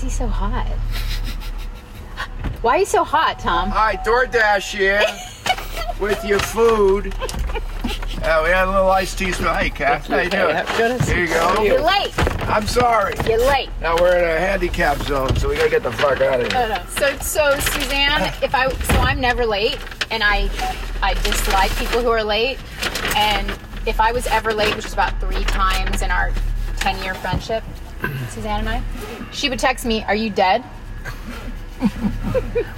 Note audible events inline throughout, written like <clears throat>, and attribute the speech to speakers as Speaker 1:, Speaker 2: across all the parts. Speaker 1: he's so hot? Why are you so hot, Tom?
Speaker 2: Hi, DoorDash here
Speaker 1: <laughs>
Speaker 2: with your food. Uh, we had a little iced tea smell. Hey, Kath, how you doing? Here you
Speaker 1: You're
Speaker 2: go.
Speaker 1: late.
Speaker 2: I'm sorry.
Speaker 1: You're late.
Speaker 2: Now we're in a handicap zone, so we gotta get the fuck out of
Speaker 1: Uh, So,
Speaker 2: here.
Speaker 1: so Suzanne, if I, so I'm never late, and I, I dislike people who are late. And if I was ever late, which is about three times in our ten-year friendship, <clears throat> Suzanne and I, she would text me, "Are you dead?"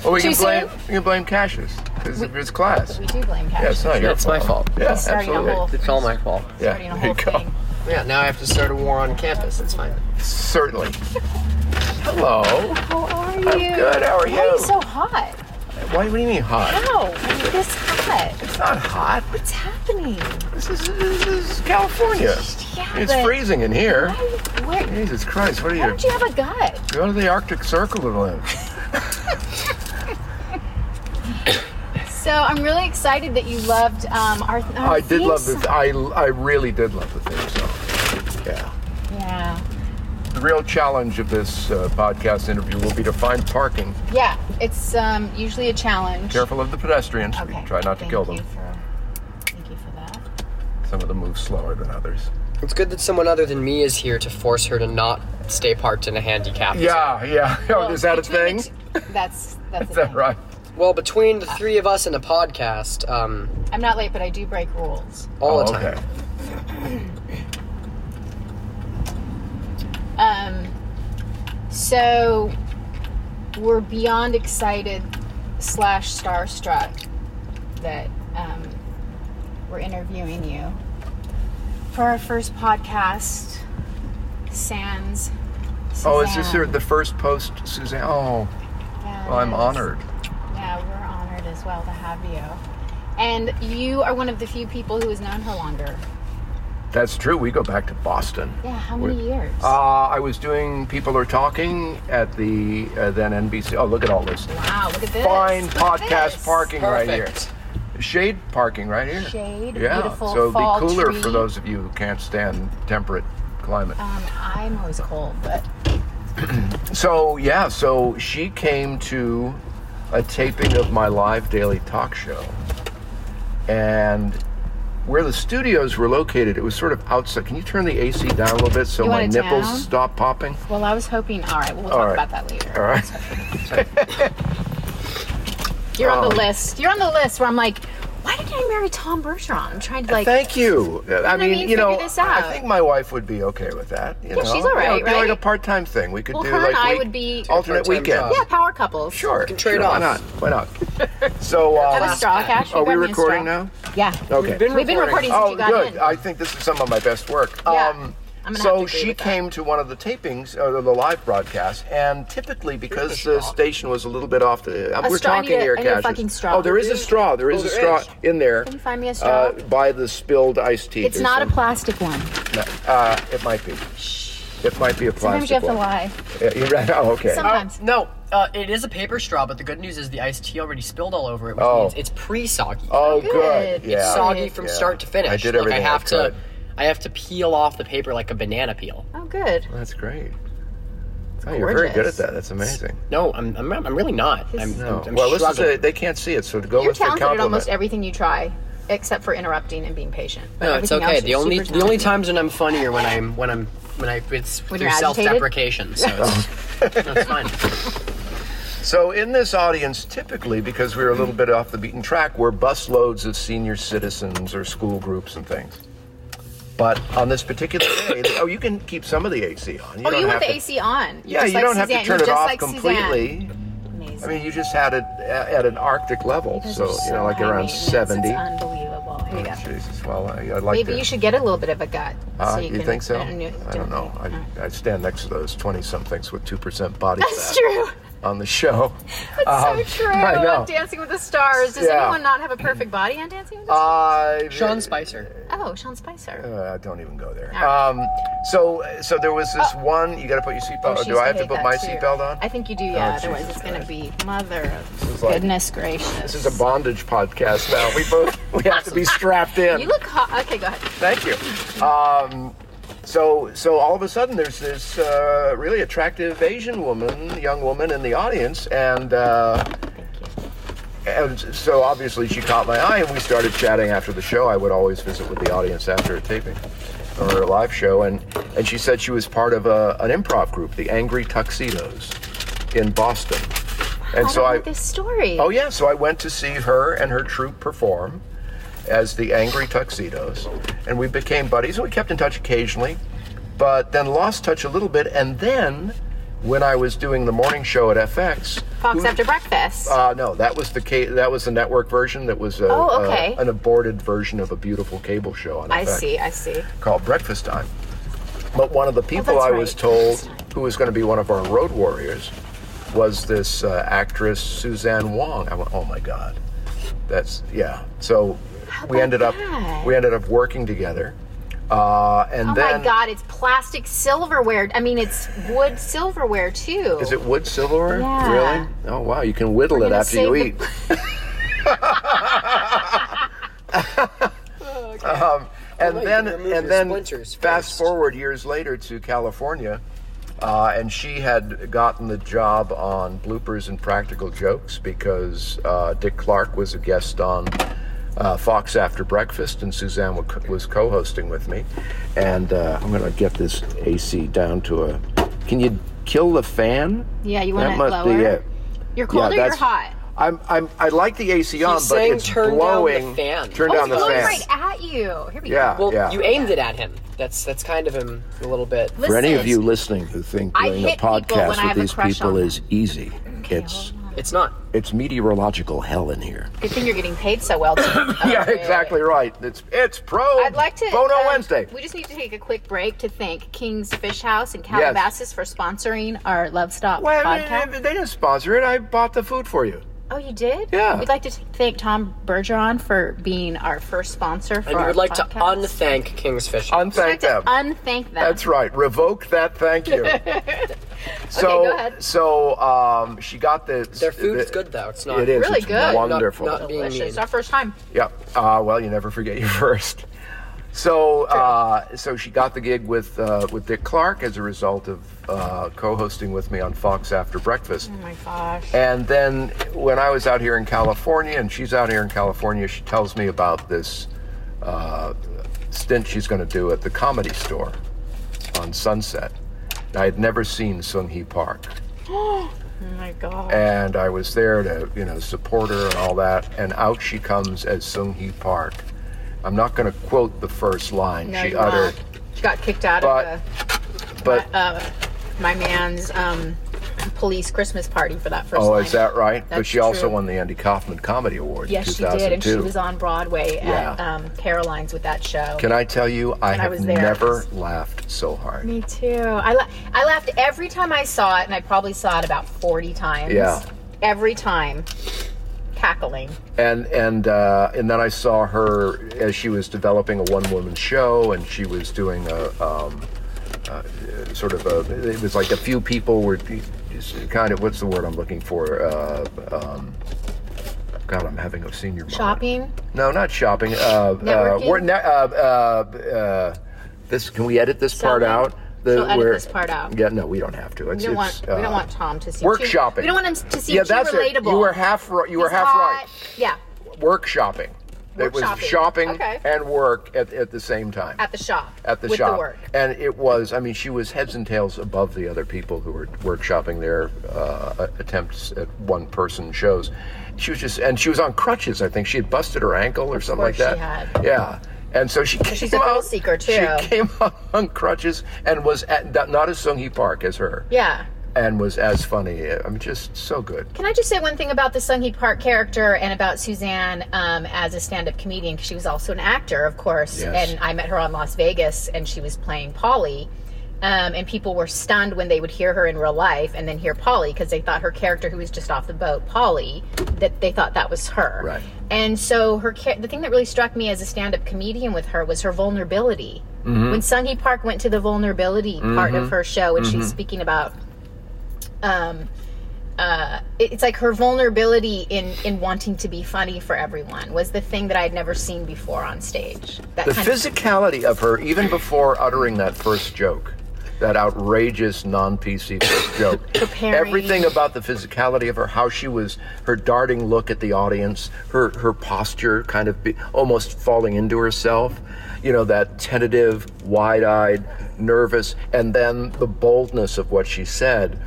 Speaker 2: Well, we
Speaker 1: Too
Speaker 2: can blame
Speaker 1: soon?
Speaker 2: we can blame Cassius because of his class.
Speaker 1: We do blame
Speaker 2: Yeah, it's
Speaker 1: Cash.
Speaker 2: not your
Speaker 3: It's my fault.
Speaker 2: Yeah,
Speaker 1: starting a
Speaker 2: absolutely.
Speaker 1: whole,
Speaker 3: It's all my fault.
Speaker 2: Yeah,
Speaker 1: starting a
Speaker 2: there
Speaker 1: whole
Speaker 2: you go.
Speaker 1: thing.
Speaker 3: Yeah, now I have to start a war on campus. It's fine.
Speaker 1: <laughs>
Speaker 2: Certainly. Hello.
Speaker 1: How are you?
Speaker 2: good, how are
Speaker 1: Why are
Speaker 2: you?
Speaker 1: you so hot?
Speaker 2: Why? What do you mean hot?
Speaker 1: How? Are you this hot?
Speaker 2: It's not hot.
Speaker 1: What's happening?
Speaker 2: This is this is California.
Speaker 1: Yeah,
Speaker 2: It's
Speaker 1: but-
Speaker 2: freezing in here.
Speaker 1: Why are you- Where?
Speaker 2: Jesus Christ! What are
Speaker 1: Why
Speaker 2: you?
Speaker 1: don't you have a gut?
Speaker 2: Go to the Arctic Circle to live.
Speaker 1: So I'm really excited that you loved um, our, our
Speaker 2: I did
Speaker 1: theme
Speaker 2: love the.
Speaker 1: song.
Speaker 2: I I really did love the theme song. Yeah.
Speaker 1: Yeah.
Speaker 2: The real challenge of this uh, podcast interview will be to find parking.
Speaker 1: Yeah, it's um, usually a challenge.
Speaker 2: Careful of the pedestrians.
Speaker 1: Okay.
Speaker 2: Try not to
Speaker 1: Thank
Speaker 2: kill
Speaker 1: you
Speaker 2: them.
Speaker 1: for- thank you for that.
Speaker 2: Some of them move slower than others.
Speaker 3: It's good that someone other than me is here to force her to not stay parked in a handicap.
Speaker 2: Yeah, yeah. <laughs> Oh,
Speaker 1: Well,
Speaker 2: is that a
Speaker 1: between
Speaker 2: thing?
Speaker 1: the t- that's that's
Speaker 2: <laughs> Is
Speaker 1: a
Speaker 2: that
Speaker 1: thing.
Speaker 2: right?
Speaker 3: Well, between the three of us and the podcast, um,
Speaker 1: I'm not late, but I do break rules.
Speaker 3: all
Speaker 2: oh,
Speaker 3: the time.
Speaker 2: okay.
Speaker 1: Um, so we're beyond excited slash starstruck that um, we're interviewing you for our first podcast. Sans.
Speaker 2: Oh, is this
Speaker 1: Suzanne.
Speaker 2: your, the first post, Suzanne? Oh,
Speaker 1: Yeah,
Speaker 2: well, I'm
Speaker 1: yes.
Speaker 2: honored.
Speaker 1: Yeah, we're honored as well to have you. And you are one of the few people who has known her longer.
Speaker 2: That's true. We go back to Boston.
Speaker 1: Yeah, how many
Speaker 2: We're-
Speaker 1: years?
Speaker 2: Uh, I was doing People Are Talking at the uh, then NBC. Oh, look at all this.
Speaker 1: wow, look at this.
Speaker 2: Fine
Speaker 1: Look at
Speaker 2: podcast
Speaker 1: this.
Speaker 2: parking
Speaker 3: Perfect.
Speaker 2: right here. Shade parking right here.
Speaker 1: Shade,
Speaker 2: yeah.
Speaker 1: beautiful
Speaker 2: so it'd
Speaker 1: fall
Speaker 2: be cooler
Speaker 1: tree.
Speaker 2: for those of you who can't stand temperate climate.
Speaker 1: Um, I'm always cold, but
Speaker 2: So yeah, so she came to a taping of my live daily talk show, and where the studios were located, it was sort of outside. Can you turn the AC down a little bit so
Speaker 1: You
Speaker 2: my
Speaker 1: want it
Speaker 2: nipples
Speaker 1: down?
Speaker 2: stop popping?
Speaker 1: well, I was hoping. All right, well, we'll
Speaker 2: All
Speaker 1: talk
Speaker 2: right.
Speaker 1: about that later.
Speaker 2: All right.
Speaker 1: <laughs> You're on the
Speaker 2: Um,
Speaker 1: list. You're on the list where I'm like, why did I marry Tom Bergeron? I'm trying to like.
Speaker 2: Thank you. I mean,
Speaker 1: mean,
Speaker 2: you know,
Speaker 1: figure this
Speaker 2: I
Speaker 1: out.
Speaker 2: think my wife would be okay with that. You yeah, know?
Speaker 1: she's all
Speaker 2: You know,
Speaker 1: right,
Speaker 2: it'd be like
Speaker 1: right?
Speaker 2: a part-time thing. We could
Speaker 1: Well,
Speaker 2: do
Speaker 1: her and
Speaker 2: like
Speaker 1: I
Speaker 2: week-
Speaker 1: would be-
Speaker 2: alternate
Speaker 3: Part-time
Speaker 2: weekend.
Speaker 3: job.
Speaker 1: yeah, power couples.
Speaker 2: Sure.
Speaker 3: can trade
Speaker 2: sure, Why
Speaker 3: off.
Speaker 2: not?
Speaker 1: <laughs>
Speaker 2: Why not? So,
Speaker 1: Have a
Speaker 2: uh,
Speaker 1: straw, Cash. You
Speaker 2: are we
Speaker 1: grab me a
Speaker 2: recording
Speaker 1: straw?
Speaker 2: now?
Speaker 1: Yeah.
Speaker 2: Okay.
Speaker 3: We've been
Speaker 1: We've been
Speaker 3: recording.
Speaker 1: recording since
Speaker 2: Oh,
Speaker 1: you got
Speaker 2: good.
Speaker 1: in.
Speaker 2: I think this is some of my best work. Um,
Speaker 1: Yeah. I'm gonna
Speaker 2: so
Speaker 1: have to agree
Speaker 2: she
Speaker 1: with that.
Speaker 2: came to one of the tapings, uh, the live broadcast, and typically because the station was a little bit off the, uh, we're
Speaker 1: straw, I need
Speaker 2: talking
Speaker 1: a-
Speaker 2: here,
Speaker 1: I need a
Speaker 2: Cassius.
Speaker 1: fucking straw.
Speaker 2: Oh, there is a straw. There is
Speaker 3: Oh,
Speaker 2: a
Speaker 3: there
Speaker 2: straw
Speaker 3: is.
Speaker 2: in there.
Speaker 1: Can you find me a straw?
Speaker 2: Uh, by the spilled iced tea.
Speaker 1: it's
Speaker 2: There's
Speaker 1: not a
Speaker 2: some-
Speaker 1: plastic one.
Speaker 2: no, Uh, it might be. It might be a
Speaker 1: Sometimes
Speaker 2: plastic
Speaker 1: you have to
Speaker 2: one.
Speaker 1: lie.
Speaker 2: Yeah, you're right. <laughs> Oh, okay.
Speaker 1: Some- Sometimes.
Speaker 3: no, uh, it is a paper straw, but the good news is the iced tea already spilled all over it, which
Speaker 2: Oh.
Speaker 3: means it's pre-soggy.
Speaker 2: oh,
Speaker 1: Good.
Speaker 2: good.
Speaker 1: It's
Speaker 2: Yeah.
Speaker 3: It's soggy from
Speaker 2: Yeah.
Speaker 3: start to finish.
Speaker 2: I did
Speaker 3: like,
Speaker 2: everything
Speaker 3: I have
Speaker 2: I
Speaker 3: to,
Speaker 2: could.
Speaker 3: I have to peel off the paper like a banana peel.
Speaker 1: Oh, good.
Speaker 2: That's great. Oh, you're very good at
Speaker 1: gorgeous.
Speaker 2: that. That's amazing.
Speaker 3: No, I'm, I'm, I'm really not. I'm,
Speaker 2: No.
Speaker 3: I'm, I'm
Speaker 2: well, this
Speaker 3: struggling.
Speaker 2: is a, they can't see it, so to go
Speaker 1: You're
Speaker 2: with the
Speaker 1: talented at
Speaker 2: compliment.
Speaker 1: almost everything you try, except for interrupting and being patient. But
Speaker 3: No, it's
Speaker 1: everything
Speaker 3: okay.
Speaker 1: else,
Speaker 3: The
Speaker 1: you're
Speaker 3: only
Speaker 1: super
Speaker 3: the only
Speaker 1: talented.
Speaker 3: times when I'm funnier when I'm when I'm when I it's
Speaker 1: When
Speaker 3: through
Speaker 1: you're agitated?
Speaker 3: self-deprecation. So it's,
Speaker 1: <laughs>
Speaker 3: that's fine.
Speaker 2: So, in this audience, typically, because we're a little bit off the beaten track, we're busloads of senior citizens or school groups and things. But on this particular day, oh, you can keep some of the AC on.
Speaker 1: Oh,
Speaker 2: don't
Speaker 1: you want
Speaker 2: have
Speaker 1: the
Speaker 2: to-
Speaker 1: AC on?
Speaker 2: Yeah,
Speaker 1: Just
Speaker 2: you
Speaker 1: like
Speaker 2: don't have
Speaker 1: Suzanne.
Speaker 2: to turn
Speaker 1: You're
Speaker 2: it
Speaker 1: just
Speaker 2: off
Speaker 1: like Suzanne.
Speaker 2: completely. I
Speaker 1: Amazing.
Speaker 2: mean, you just had it at, at an Arctic level,
Speaker 1: Those
Speaker 2: so,
Speaker 1: are
Speaker 2: you know, like
Speaker 1: high
Speaker 2: around
Speaker 1: maintenance. It's
Speaker 2: 70.
Speaker 1: unbelievable. Here you go.
Speaker 2: Jesus, well, I, I'd like
Speaker 1: Maybe
Speaker 2: to.
Speaker 1: you should get a little bit of a gut.
Speaker 2: Uh,
Speaker 1: so you,
Speaker 2: you,
Speaker 1: can,
Speaker 2: think so?
Speaker 1: I don't, know-
Speaker 2: I don't know.
Speaker 1: think- no.
Speaker 2: I, I stand next to those 20 somethings with 2% body
Speaker 1: That's
Speaker 2: fat
Speaker 1: true.
Speaker 2: on the show.
Speaker 1: <laughs> That's
Speaker 2: Um, <laughs>
Speaker 1: so true.
Speaker 2: I know.
Speaker 1: On Dancing with the Stars. Does
Speaker 2: Yeah.
Speaker 1: anyone not have a perfect body on Dancing with the Stars?
Speaker 2: Uh,
Speaker 3: Sean Spicer.
Speaker 1: oh, Sean Spicer.
Speaker 2: Uh, don't even go there.
Speaker 1: All right.
Speaker 2: Um, so, so there was this one. You got to put your seatbelt.
Speaker 1: Oh,
Speaker 2: on.
Speaker 1: she's
Speaker 2: Do I have
Speaker 1: gonna
Speaker 2: to put
Speaker 1: hate
Speaker 2: my
Speaker 1: that too.
Speaker 2: seatbelt on?
Speaker 1: I think you do, yeah.
Speaker 2: Oh,
Speaker 1: Otherwise,
Speaker 2: Jesus
Speaker 1: it's going to
Speaker 2: Christ.
Speaker 1: be mother of
Speaker 2: is like-
Speaker 1: goodness gracious.
Speaker 2: This is a bondage podcast now. We both we have to be strapped in.
Speaker 1: You look hot. Okay, go ahead.
Speaker 2: Thank you. Um, So, so all of a sudden, there's this uh, really attractive Asian woman, young woman in the audience, and uh, and so obviously she caught my eye, and we started chatting after the show. I would always visit with the audience after a taping or a live show, and and she said she was part of a, an improv group, the Angry Tuxedos, in Boston, and so
Speaker 1: don't
Speaker 2: I
Speaker 1: know this story.
Speaker 2: Oh yeah, so I went to see her and her troupe perform as the Angry Tuxedos, and we became buddies and we kept in touch occasionally, but then lost touch a little bit. And then when I was doing the morning show at FX,
Speaker 1: Fox
Speaker 2: who-
Speaker 1: After Breakfast.
Speaker 2: Uh, no, that was the ca- that was the network version. That was a,
Speaker 1: Oh, okay.
Speaker 2: a- an aborted version of a beautiful cable show on
Speaker 1: I
Speaker 2: FX
Speaker 1: see. I see.
Speaker 2: called Breakfast Time. But one of the people
Speaker 1: Oh, that's
Speaker 2: I was
Speaker 1: right.
Speaker 2: told who was going to be one of our road warriors was this uh, actress Suzanne Wong. I went, oh my god, that's yeah. So we
Speaker 1: about
Speaker 2: ended up
Speaker 1: that?
Speaker 2: we ended up working together, uh, and
Speaker 1: Oh
Speaker 2: then
Speaker 1: my God! It's plastic silverware. I mean, it's wood silverware too.
Speaker 2: is it wood silverware?
Speaker 1: Yeah.
Speaker 2: Really? Oh wow, you can whittle it
Speaker 1: gonna
Speaker 2: after you
Speaker 1: save
Speaker 2: eat. <laughs>
Speaker 1: the- <laughs>
Speaker 3: no, you can remove
Speaker 2: and then Um, and
Speaker 3: your
Speaker 2: then
Speaker 3: splinters
Speaker 2: fast
Speaker 3: first.
Speaker 2: forward years later to California, uh, and she had gotten the job on bloopers and practical jokes because uh, Dick Clark was a guest on uh, Fox After Breakfast, and Suzanne wa- was co-hosting with me. And uh, I'm gonna get this AC down to a. Can you kill the fan?
Speaker 1: Yeah, you want
Speaker 2: That
Speaker 1: it
Speaker 2: must
Speaker 1: lower?
Speaker 2: be it.
Speaker 1: You're cold or you're
Speaker 2: that's-
Speaker 1: hot.
Speaker 2: I'm, I'm, I like the AC on, but
Speaker 3: saying
Speaker 2: it's
Speaker 3: turn down the
Speaker 2: blowing.
Speaker 3: fan.
Speaker 2: Turn
Speaker 3: Oh,
Speaker 2: down
Speaker 1: it's
Speaker 2: the
Speaker 1: blowing
Speaker 2: fan.
Speaker 1: right at you. Here we
Speaker 2: Yeah.
Speaker 1: go.
Speaker 3: Well,
Speaker 2: yeah.
Speaker 3: you aimed it at him. That's that's kind of him a little bit.
Speaker 1: Listen,
Speaker 2: For any of you listening who think
Speaker 1: I
Speaker 2: doing a
Speaker 1: hit people when I
Speaker 2: podcast with
Speaker 1: have a
Speaker 2: these
Speaker 1: crush on
Speaker 2: people
Speaker 1: them.
Speaker 2: is easy, it's
Speaker 3: It's not.
Speaker 2: it's meteorological hell in here.
Speaker 1: Good thing you're getting paid so well. too.
Speaker 2: <laughs> yeah, exactly right. It's it's pro.
Speaker 1: I'd like to.
Speaker 2: Bono
Speaker 1: um,
Speaker 2: Wednesday.
Speaker 1: We just need to take a quick break to thank King's Fish House and Calabasas for sponsoring our Love Stop
Speaker 2: Well, I mean,
Speaker 1: podcast.
Speaker 2: they didn't sponsor it. I bought the food for you.
Speaker 1: oh, you did?
Speaker 2: Yeah.
Speaker 1: We'd like to t- thank Tom Bergeron for being our first sponsor for
Speaker 3: And we
Speaker 1: our
Speaker 3: would like to
Speaker 1: podcast.
Speaker 3: unthank King's Fish.
Speaker 1: We'd
Speaker 2: Unthank
Speaker 1: like to
Speaker 2: them.
Speaker 1: unthank them.
Speaker 2: That's right. Revoke that.
Speaker 1: <laughs>
Speaker 2: Thank you. so
Speaker 1: go ahead.
Speaker 2: so um, she got the
Speaker 3: Their food's
Speaker 2: the-
Speaker 3: good though. It's not.
Speaker 2: It is
Speaker 1: Really
Speaker 2: it's
Speaker 1: good.
Speaker 2: Wonderful.
Speaker 3: Not- not being
Speaker 1: Delicious.
Speaker 3: mean.
Speaker 1: Our first time.
Speaker 2: Yep. Uh, well, you never forget your <laughs> first. So, uh, so she got the gig with uh, with Dick Clark as a result of uh, co-hosting with me on Fox After Breakfast.
Speaker 1: Oh my gosh.
Speaker 2: And then when I was out here in California, and she's out here in California, she tells me about this uh, stint she's going to do at the Comedy Store on Sunset. I had never seen Sung Hee Park
Speaker 1: Oh my gosh.
Speaker 2: and I was there to, you know, support her and all that. And out she comes as Sung Hee Park. I'm not going to quote the first line
Speaker 1: No,
Speaker 2: she
Speaker 1: you won't.
Speaker 2: uttered,
Speaker 1: She got kicked out
Speaker 2: but,
Speaker 1: of
Speaker 2: but
Speaker 1: the, uh, my man's um, police Christmas party for that first.
Speaker 2: oh,
Speaker 1: line.
Speaker 2: is that right? but
Speaker 1: That's
Speaker 2: she also
Speaker 1: true.
Speaker 2: won the Andy Kaufman Comedy Award in
Speaker 1: Yes, she
Speaker 2: 2002.
Speaker 1: did, and she was on Broadway at
Speaker 2: Yeah.
Speaker 1: um, Caroline's with that show.
Speaker 2: Can I tell you, I have
Speaker 1: was there.
Speaker 2: never laughed so hard.
Speaker 1: Me too. I la- I laughed every time I saw it, and I probably saw it about forty times.
Speaker 2: Yeah.
Speaker 1: Every time, cackling.
Speaker 2: and and uh, and then I saw her as she was developing a one woman show, and she was doing a um, uh, sort of a. It was like a few people were kind of what's the word I'm looking for. Uh, um, God, I'm having a senior moment.
Speaker 1: Shopping.
Speaker 2: No, not shopping. Uh, uh,
Speaker 1: Networking?
Speaker 2: we're ne- uh, uh, uh, this can we edit this part
Speaker 1: Selling?
Speaker 2: out?
Speaker 1: She'll edit
Speaker 2: where-
Speaker 1: this part out.
Speaker 2: Yeah, no, we don't have to. It's,
Speaker 1: We don't
Speaker 2: it's,
Speaker 1: want we
Speaker 2: uh,
Speaker 1: don't want Tom to seem too-
Speaker 2: workshopping.
Speaker 1: We don't want him to seem
Speaker 2: yeah,
Speaker 1: too
Speaker 2: that's it.
Speaker 1: relatable.
Speaker 2: You were half. ro- You were
Speaker 1: He's
Speaker 2: half
Speaker 1: hot.
Speaker 2: right
Speaker 1: Yeah.
Speaker 2: work shopping.
Speaker 1: Work
Speaker 2: it was
Speaker 1: shopping.
Speaker 2: shopping,
Speaker 1: Okay.
Speaker 2: and work at, at the same time.
Speaker 1: At the shop.
Speaker 2: At the
Speaker 1: with
Speaker 2: shop.
Speaker 1: The work.
Speaker 2: And it was, I mean, she was heads and tails above the other people who were workshopping their uh, attempts at one person shows. She was just, and she was on crutches, I think. She had busted her ankle or something like
Speaker 1: course
Speaker 2: that.
Speaker 1: she had.
Speaker 2: Yeah. And so she came
Speaker 1: she's a
Speaker 2: out.
Speaker 1: thrill seeker, too.
Speaker 2: She came <laughs> out on crutches and was at, not as Sung Hee Park as her.
Speaker 1: Yeah.
Speaker 2: And was as funny. I mean, just so good.
Speaker 1: Can I just say one thing about the Sung Hee Park character and about Suzanne um, as a stand-up comedian? 'cause she was also an actor, of course.
Speaker 2: Yes.
Speaker 1: And I met her on Las Vegas, and she was playing Polly. Um, and people were stunned when they would hear her in real life and then hear Polly because they thought her character, who was just off the boat, Polly, that they thought that was her.
Speaker 2: Right.
Speaker 1: And so her cha- the thing that really struck me as a stand-up comedian with her was her vulnerability.
Speaker 2: Mm-hmm.
Speaker 1: When Sung Hee Park
Speaker 2: Mm-hmm.
Speaker 1: went to the vulnerability part of her show, and she's speaking about um, uh, it- it's like her vulnerability in in wanting to be funny for everyone was the thing that I'd never seen before on stage. That
Speaker 2: The
Speaker 1: kind
Speaker 2: physicality of her, even before uttering that first joke, that outrageous non-PC
Speaker 1: <coughs>
Speaker 2: first joke,
Speaker 1: Preparing.
Speaker 2: everything about the physicality of her, how she was, her darting look at the audience, her her posture, kind of be, almost falling into herself, you know, that tentative, wide-eyed, nervous, and then the boldness of what she said.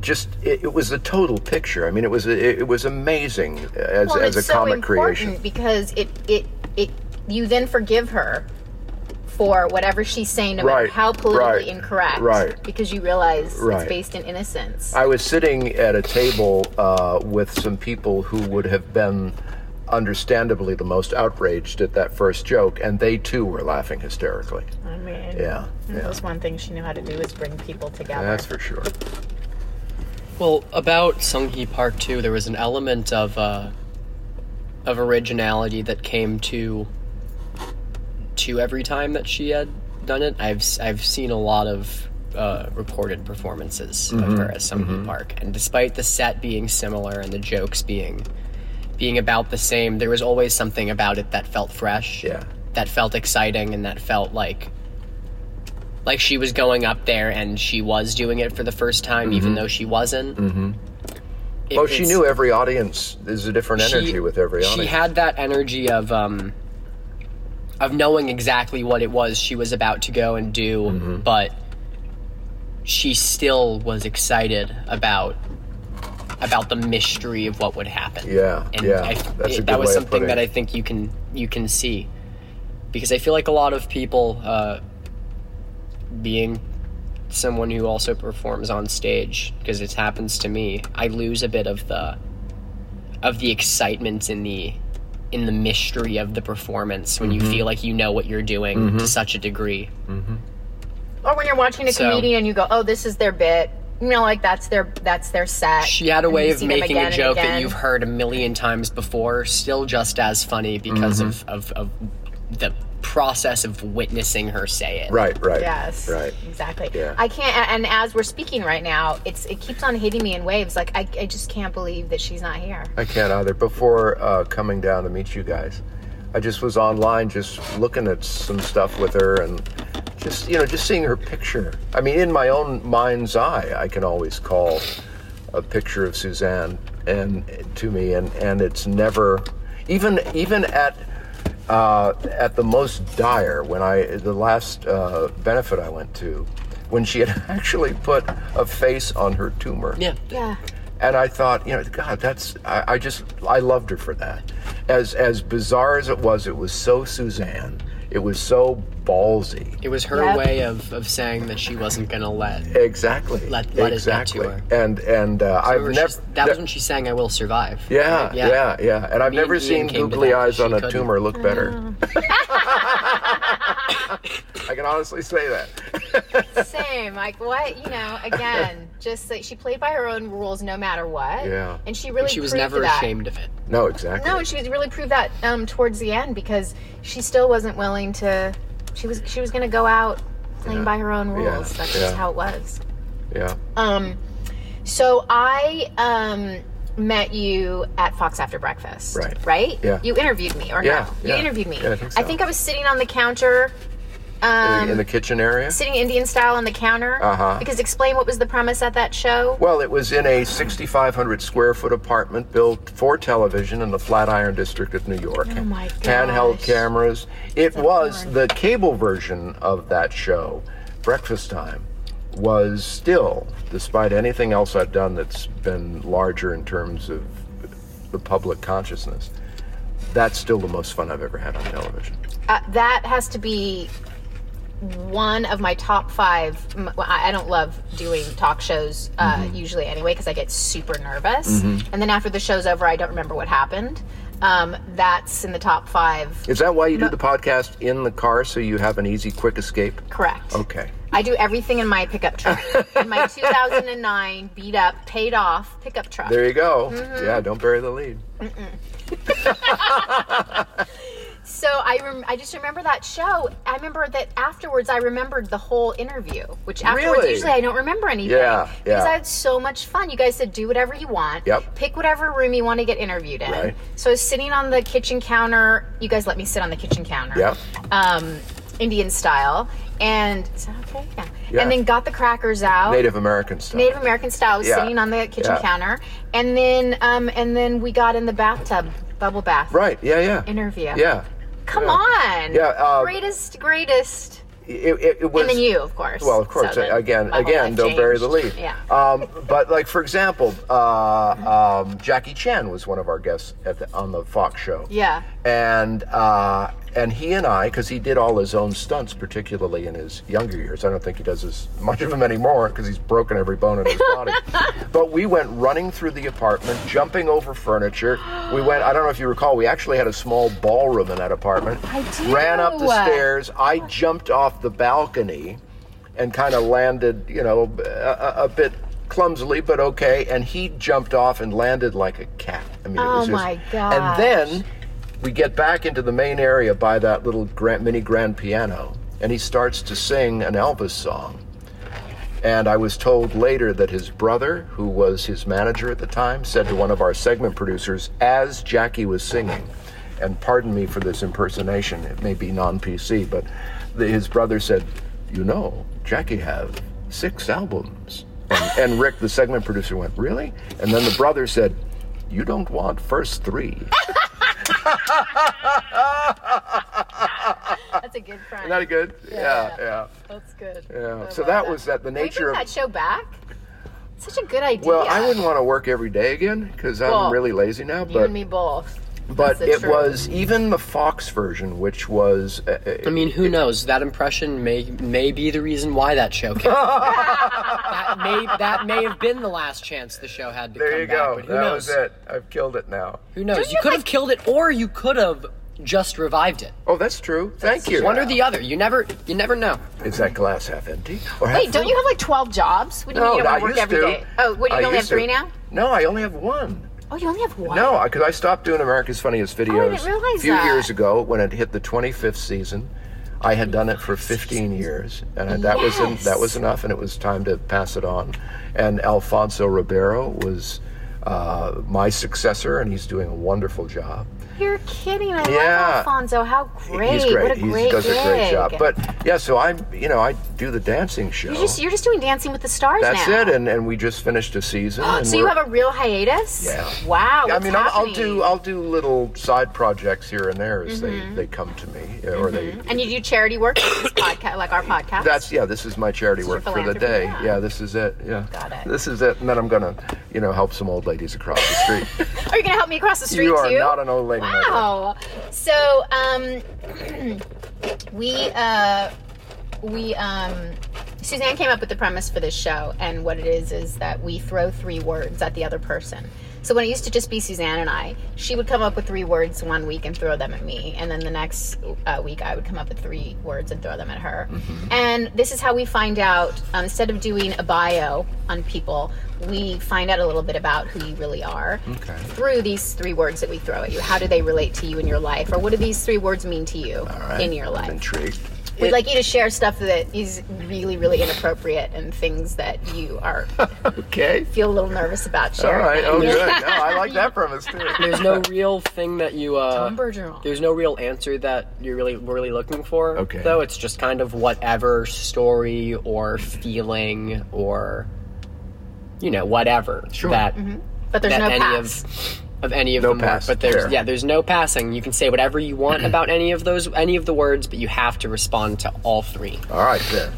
Speaker 2: Just it, it was the total picture. I mean, it was it, it was amazing as,
Speaker 1: well,
Speaker 2: as a
Speaker 1: it's so
Speaker 2: comic
Speaker 1: important
Speaker 2: creation.
Speaker 1: because it it it you then forgive her for whatever she's saying, no matter
Speaker 2: Right,
Speaker 1: how politically
Speaker 2: right,
Speaker 1: incorrect,
Speaker 2: right.
Speaker 1: Because you realize it's
Speaker 2: Right.
Speaker 1: based in innocence.
Speaker 2: I was sitting at a table uh, with some people who would have been understandably the most outraged at that first joke, and they too were laughing hysterically.
Speaker 3: Mm-hmm.
Speaker 1: I mean,
Speaker 2: Yeah, yeah.
Speaker 1: That was one thing she knew how to do is bring people together.
Speaker 2: That's for sure.
Speaker 3: Well, about Sunghee Part Two, there was an element of uh, of originality that came to to every time that she had done it. I've s- I've seen a lot of uh, recorded performances of her as Sunghee Park, and despite the set being similar and the jokes being being about the same, there was always something about it that felt fresh.
Speaker 2: Yeah.
Speaker 3: That felt exciting and that felt like like she was going up there and she was doing it for the first time, even though she wasn't. Mm-hmm.
Speaker 2: Oh, she knew every audience. There's a different energy with every
Speaker 3: She
Speaker 2: audience.
Speaker 3: had that energy of um, of knowing exactly what it was she was about to go and do,
Speaker 2: Mm-hmm.
Speaker 3: but she still was excited about about the mystery of what would happen.
Speaker 2: Yeah,
Speaker 3: and
Speaker 2: yeah,
Speaker 3: I,
Speaker 2: that's a
Speaker 3: it-
Speaker 2: good
Speaker 3: that was
Speaker 2: way of
Speaker 3: something
Speaker 2: putting
Speaker 3: that
Speaker 2: it.
Speaker 3: I think you can you can see because I feel like a lot of people, uh, being someone who also performs on stage, because it happens to me, I lose a bit of the of the excitement in the in the mystery of the performance when
Speaker 2: Mm-hmm.
Speaker 3: you feel like you know what you're doing to such a degree.
Speaker 1: Or when you're watching a
Speaker 3: So-
Speaker 1: comedian and you go, "Oh, this is their bit." You know, like that's their that's their set.
Speaker 3: She had a
Speaker 1: And
Speaker 3: way
Speaker 1: you
Speaker 3: of
Speaker 1: see them
Speaker 3: making a
Speaker 1: again and
Speaker 3: joke that
Speaker 1: again.
Speaker 3: you've heard a million times before, still just as funny because
Speaker 2: Mm-hmm.
Speaker 3: of, of of the process of witnessing her say it.
Speaker 2: right, right.
Speaker 1: Yes.
Speaker 2: Right.
Speaker 1: Exactly.
Speaker 2: Yeah.
Speaker 1: I can't. a- And as we're speaking right now, it's it keeps on hitting me in waves. Like I, I just can't believe that she's not here.
Speaker 2: I can't either. Before uh, coming down to meet you guys, I just was online, just looking at some stuff with her, and just you know, just seeing her picture. I mean, in my own mind's eye, I can always call a picture of Suzanne and to me, and and it's never, even even at. Uh, at the most dire, when I the last uh, benefit I went to, when she had <laughs> actually put a face on her tumor,
Speaker 3: Yeah.
Speaker 2: <laughs>
Speaker 1: Yeah.
Speaker 2: and I thought, you know, God, that's I, I just I loved her for that. As as bizarre as it was, it was so Suzanne. It was so ballsy.
Speaker 3: It was her
Speaker 1: Yep.
Speaker 3: way of, of saying that she wasn't gonna let.
Speaker 2: Exactly.
Speaker 3: Let- let it get to
Speaker 2: exactly.
Speaker 3: her.
Speaker 2: And and uh, I've
Speaker 3: Remember,
Speaker 2: never
Speaker 3: she's- that was when she sang "I Will Survive."
Speaker 2: yeah,
Speaker 3: right?
Speaker 2: yeah, yeah, And I've
Speaker 3: Me and
Speaker 2: never
Speaker 3: Ian
Speaker 2: seen
Speaker 3: came to
Speaker 2: googly
Speaker 3: that.
Speaker 2: eyes
Speaker 3: She
Speaker 2: on a
Speaker 3: couldn't.
Speaker 2: tumor look
Speaker 1: <laughs>
Speaker 2: better. I can honestly say that.
Speaker 1: Same. Like what? You know. Again, just like she played by her own rules, no matter what.
Speaker 2: Yeah.
Speaker 1: And she really.
Speaker 3: She was
Speaker 1: proved
Speaker 3: never
Speaker 1: that.
Speaker 3: ashamed of it.
Speaker 2: No, exactly.
Speaker 1: No, and she really proved that um, towards the end because she still wasn't willing to. She was she was going to go out playing by her own rules.
Speaker 2: Yeah.
Speaker 1: That's
Speaker 2: Yeah.
Speaker 1: just how it was.
Speaker 2: yeah.
Speaker 1: Um, so I um, met you at Fox After Breakfast.
Speaker 2: Right.
Speaker 1: Right.
Speaker 2: Yeah.
Speaker 1: You interviewed me, or
Speaker 2: Yeah,
Speaker 1: no?
Speaker 2: yeah.
Speaker 1: You interviewed me.
Speaker 2: Yeah, I think so.
Speaker 1: I was sitting on the counter. Um,
Speaker 2: in the kitchen area.
Speaker 1: Sitting Indian style on the counter,
Speaker 2: Uh-huh.
Speaker 1: because explain what was the premise at that show?
Speaker 2: Well, it was in a 6,500 square foot apartment built for television in the Flatiron District of New York.
Speaker 1: Oh my
Speaker 2: Handheld
Speaker 1: gosh.
Speaker 2: cameras. It was the cable version of that show, Breakfast Time, was still, despite anything else I've done that's been larger in terms of the public consciousness, that's still the most fun I've ever had on television.
Speaker 1: uh, that has to be one of my top five. m- well, I I don't love doing talk shows uh, usually anyway because I get super nervous, and then after the show's over, I don't remember what happened. Um, that's in the top five.
Speaker 2: Is that why you do the podcast in the car so you have an easy, quick escape?
Speaker 1: Correct.
Speaker 2: Okay.
Speaker 1: I do everything in my pickup truck. in my 2009 beat up, paid off pickup truck.
Speaker 2: There
Speaker 1: Mm-hmm.
Speaker 2: you go. Yeah, don't bury the lead.
Speaker 1: so I rem- I just remember that show. I remember that afterwards I remembered the whole interview, which afterwards
Speaker 2: Really?
Speaker 1: usually I don't remember anything.
Speaker 2: Yeah,
Speaker 1: Because
Speaker 2: yeah.
Speaker 1: I had so much fun. You guys said do whatever you want.
Speaker 2: Yep.
Speaker 1: Pick whatever room you want to get interviewed in.
Speaker 2: Right.
Speaker 1: So I was sitting on the kitchen counter. You guys let me sit on the kitchen counter.
Speaker 2: Yep.
Speaker 1: Um, Indian style. And is that okay? Yeah.
Speaker 2: Yeah.
Speaker 1: And then got the crackers out.
Speaker 2: Native American stuff.
Speaker 1: Native American style. I was
Speaker 2: Yeah.
Speaker 1: sitting on the kitchen
Speaker 2: Yeah.
Speaker 1: counter, and then um, and then we got in the bathtub bubble bath
Speaker 2: Right. Yeah. Yeah.
Speaker 1: interview.
Speaker 2: Yeah.
Speaker 1: Come
Speaker 2: yeah.
Speaker 1: on.
Speaker 2: Yeah, uh,
Speaker 1: greatest, greatest.
Speaker 2: It, it, it was.
Speaker 1: And then you, of course.
Speaker 2: Well, of course. uh,
Speaker 1: So then
Speaker 2: again,
Speaker 1: my whole
Speaker 2: again,
Speaker 1: life
Speaker 2: don't bury the
Speaker 1: changed.
Speaker 2: lead.
Speaker 1: Yeah.
Speaker 2: Um, but like for example, uh, um, Jackie Chan was one of our guests at the, on the Fox show.
Speaker 1: yeah.
Speaker 2: and uh, and he and I, because he did all his own stunts, particularly in his younger years. I don't think he does as much of them anymore because he's broken every bone in his
Speaker 1: <laughs>
Speaker 2: body. but we went running through the apartment, jumping over furniture. We went. I don't know if you recall. We actually had a small ballroom in that apartment.
Speaker 1: I do.
Speaker 2: Ran up the stairs. I jumped off the balcony, and kind of landed. You know, a, a, a bit clumsily, but okay. And he jumped off and landed like a cat. I mean, it was
Speaker 1: Oh,
Speaker 2: just.
Speaker 1: my
Speaker 2: And then we get back into the main area by that little grand, mini grand piano, and he starts to sing an Elvis song. And I was told later that his brother, who was his manager at the time, said to one of our segment producers as Jackie was singing, and pardon me for this impersonation, it may be non PC, but the, his brother said, You know, Jackie have six albums. And, and Rick, the segment producer, went, Really? And then the brother said, You don't want first three.
Speaker 1: That's a good friend.
Speaker 2: Isn't uh,
Speaker 1: <laughs>
Speaker 2: that good? Yeah, yeah.
Speaker 1: That's good.
Speaker 2: yeah.
Speaker 1: I
Speaker 2: So
Speaker 1: love
Speaker 2: that was that the
Speaker 1: Can we
Speaker 2: nature
Speaker 1: bring
Speaker 2: of
Speaker 1: that show back. Such a good idea.
Speaker 2: well, I wouldn't want to work every day again because I'm
Speaker 1: Well,
Speaker 2: really lazy now.
Speaker 1: You
Speaker 2: But
Speaker 1: and me both.
Speaker 2: but
Speaker 1: the
Speaker 2: it
Speaker 1: truth.
Speaker 2: was even the Fox version, which was uh, uh,
Speaker 3: I mean, who knows? That impression may may be the reason why that show came.
Speaker 2: <laughs>
Speaker 3: that may that may have been the last chance the show had to
Speaker 2: there
Speaker 3: come
Speaker 2: you
Speaker 3: back.
Speaker 2: go.
Speaker 3: But
Speaker 2: That
Speaker 3: who knows?
Speaker 2: was it. I've killed it now.
Speaker 3: Who knows? You could have killed it, or you could have just revived it.
Speaker 2: Oh, that's true. Thank you.
Speaker 3: One or the other. You never you never know.
Speaker 2: Is that glass half empty or half
Speaker 1: Wait, don't you have like 12 jobs? What do you
Speaker 2: No,
Speaker 1: mean you don't
Speaker 2: I
Speaker 1: wanna work
Speaker 2: used
Speaker 1: every
Speaker 2: to.
Speaker 1: day? Oh, what, you
Speaker 2: I
Speaker 1: only have
Speaker 2: used to.
Speaker 1: three now?
Speaker 2: No, I only have one.
Speaker 1: Oh, you only have one?
Speaker 2: No, because I stopped doing America's Funniest Videos a
Speaker 1: Oh, realize
Speaker 2: few
Speaker 1: that.
Speaker 2: years ago when it hit the 25th season. I had done it for 15 years, and I- that was en- that was enough, and it was time to pass it on. And Alfonso Ribeiro was uh, my successor, and he's doing a wonderful job.
Speaker 1: You're kidding. I
Speaker 2: Yeah.
Speaker 1: love Alfonso. How great.
Speaker 2: He's great.
Speaker 1: What a
Speaker 2: He
Speaker 1: great
Speaker 2: does a
Speaker 1: gig.
Speaker 2: great job. But yeah, so I'm you know I do the dancing show.
Speaker 1: you're just, you're just doing Dancing with the Stars
Speaker 2: That's
Speaker 1: now.
Speaker 2: it, and, and we just finished a season.
Speaker 1: <gasps>
Speaker 2: and
Speaker 1: Oh, so you
Speaker 2: we're-
Speaker 1: have a real hiatus?
Speaker 2: Yeah.
Speaker 1: Wow.
Speaker 2: I
Speaker 1: what's
Speaker 2: mean, I'll, I'll
Speaker 1: happening? Mm-hmm.
Speaker 2: do I'll do little side projects here and there as they, they come to me, uh, or they
Speaker 1: And you do charity work with this <coughs> podcast, like our podcast?
Speaker 2: That's yeah. This is my charity work for the
Speaker 1: philanthropy,
Speaker 2: day.
Speaker 1: yeah.
Speaker 2: Yeah. this is it. Yeah,
Speaker 1: Got it.
Speaker 2: This is it, and then I'm gonna, you know, help some old ladies across the street.
Speaker 1: Are you going to help me across the <laughs> street,
Speaker 2: you are
Speaker 1: too?
Speaker 2: not an old lady. my dear.
Speaker 1: Wow. So, um, <clears throat> we, uh, we, um, Suzanne came up with the premise for this show, and what it is is that we throw three words at the other person. So when it used to just be Suzanne and I, she would come up with three words one week and throw them at me, and then the next uh, week I would come up with three words and throw them at her. And this is how we find out. Um, instead of doing a bio on people, we find out a little bit about who you really are
Speaker 2: Okay.
Speaker 1: through these three words that we throw at you. How do they relate to you in your life, or what do these three words mean to you
Speaker 2: All right.
Speaker 1: in your
Speaker 2: I'm
Speaker 1: life?
Speaker 2: intrigued.
Speaker 1: We'd like you to share stuff that is really, really inappropriate and things that you
Speaker 2: <laughs>
Speaker 1: are
Speaker 2: Okay.
Speaker 1: feel a little nervous about
Speaker 2: All
Speaker 1: sharing.
Speaker 2: right. Oh, good. No, I
Speaker 1: <laughs>
Speaker 2: like that premise too.
Speaker 3: There's
Speaker 2: <laughs>
Speaker 3: no real thing that you uh
Speaker 1: Tom Bergeron.
Speaker 3: there's no real answer that you're really we're really looking for.
Speaker 2: Okay.
Speaker 3: Though it's just kind of whatever story or feeling or you know, whatever
Speaker 2: Sure.
Speaker 3: that
Speaker 1: But Mm-hmm. there's
Speaker 3: that
Speaker 1: no
Speaker 3: any
Speaker 1: pass.
Speaker 3: of of any of
Speaker 2: No
Speaker 3: them work,
Speaker 2: pass,
Speaker 3: But there's
Speaker 2: fair.
Speaker 3: yeah, there's no passing. You can say whatever you want about any of those any of the words, but you have to respond to all three.
Speaker 2: All right, there.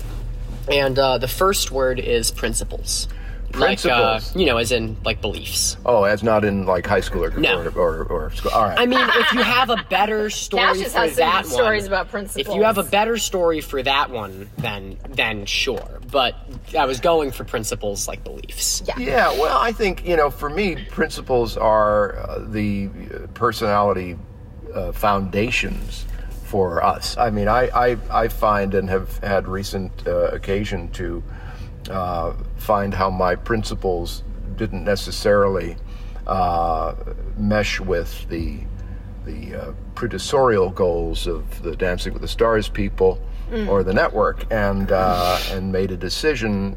Speaker 3: And uh, the first word is principles.
Speaker 2: Principles.
Speaker 3: Like uh, you know, as in like beliefs.
Speaker 2: Oh, as not in like high school or
Speaker 3: No.
Speaker 2: or, or, or school. All right.
Speaker 3: I mean, if you have a
Speaker 1: <laughs>
Speaker 3: better story
Speaker 1: Dash just
Speaker 3: for
Speaker 1: has
Speaker 3: that
Speaker 1: some stories
Speaker 3: one,
Speaker 1: about principles.
Speaker 3: if you have a better story for that one, then then sure. But I was going for principles like beliefs.
Speaker 1: Yeah.
Speaker 2: Yeah, well, I think, you know, for me, principles are uh, the uh, personality uh, foundations for us. I mean, I, I, I find and have had recent uh, occasion to uh, find how my principles didn't necessarily uh, mesh with the the uh, predecessorial goals of the Dancing with the Stars people or the network, and uh, and made a decision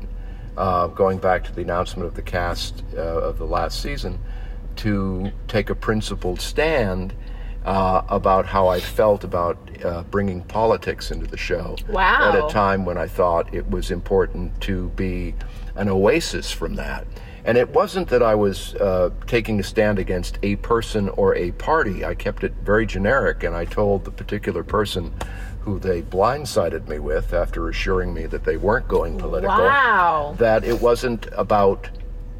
Speaker 2: uh, going back to the announcement of the cast uh, of the last season to take a principled stand. Uh, about how I felt about uh, bringing politics into the show
Speaker 1: Wow.
Speaker 2: at a time when I thought it was important to be an oasis from that. And it wasn't that I was uh, taking a stand against a person or a party. I kept it very generic, and I told the particular person who they blindsided me with after assuring me that they weren't going political
Speaker 1: Wow.
Speaker 2: that it wasn't about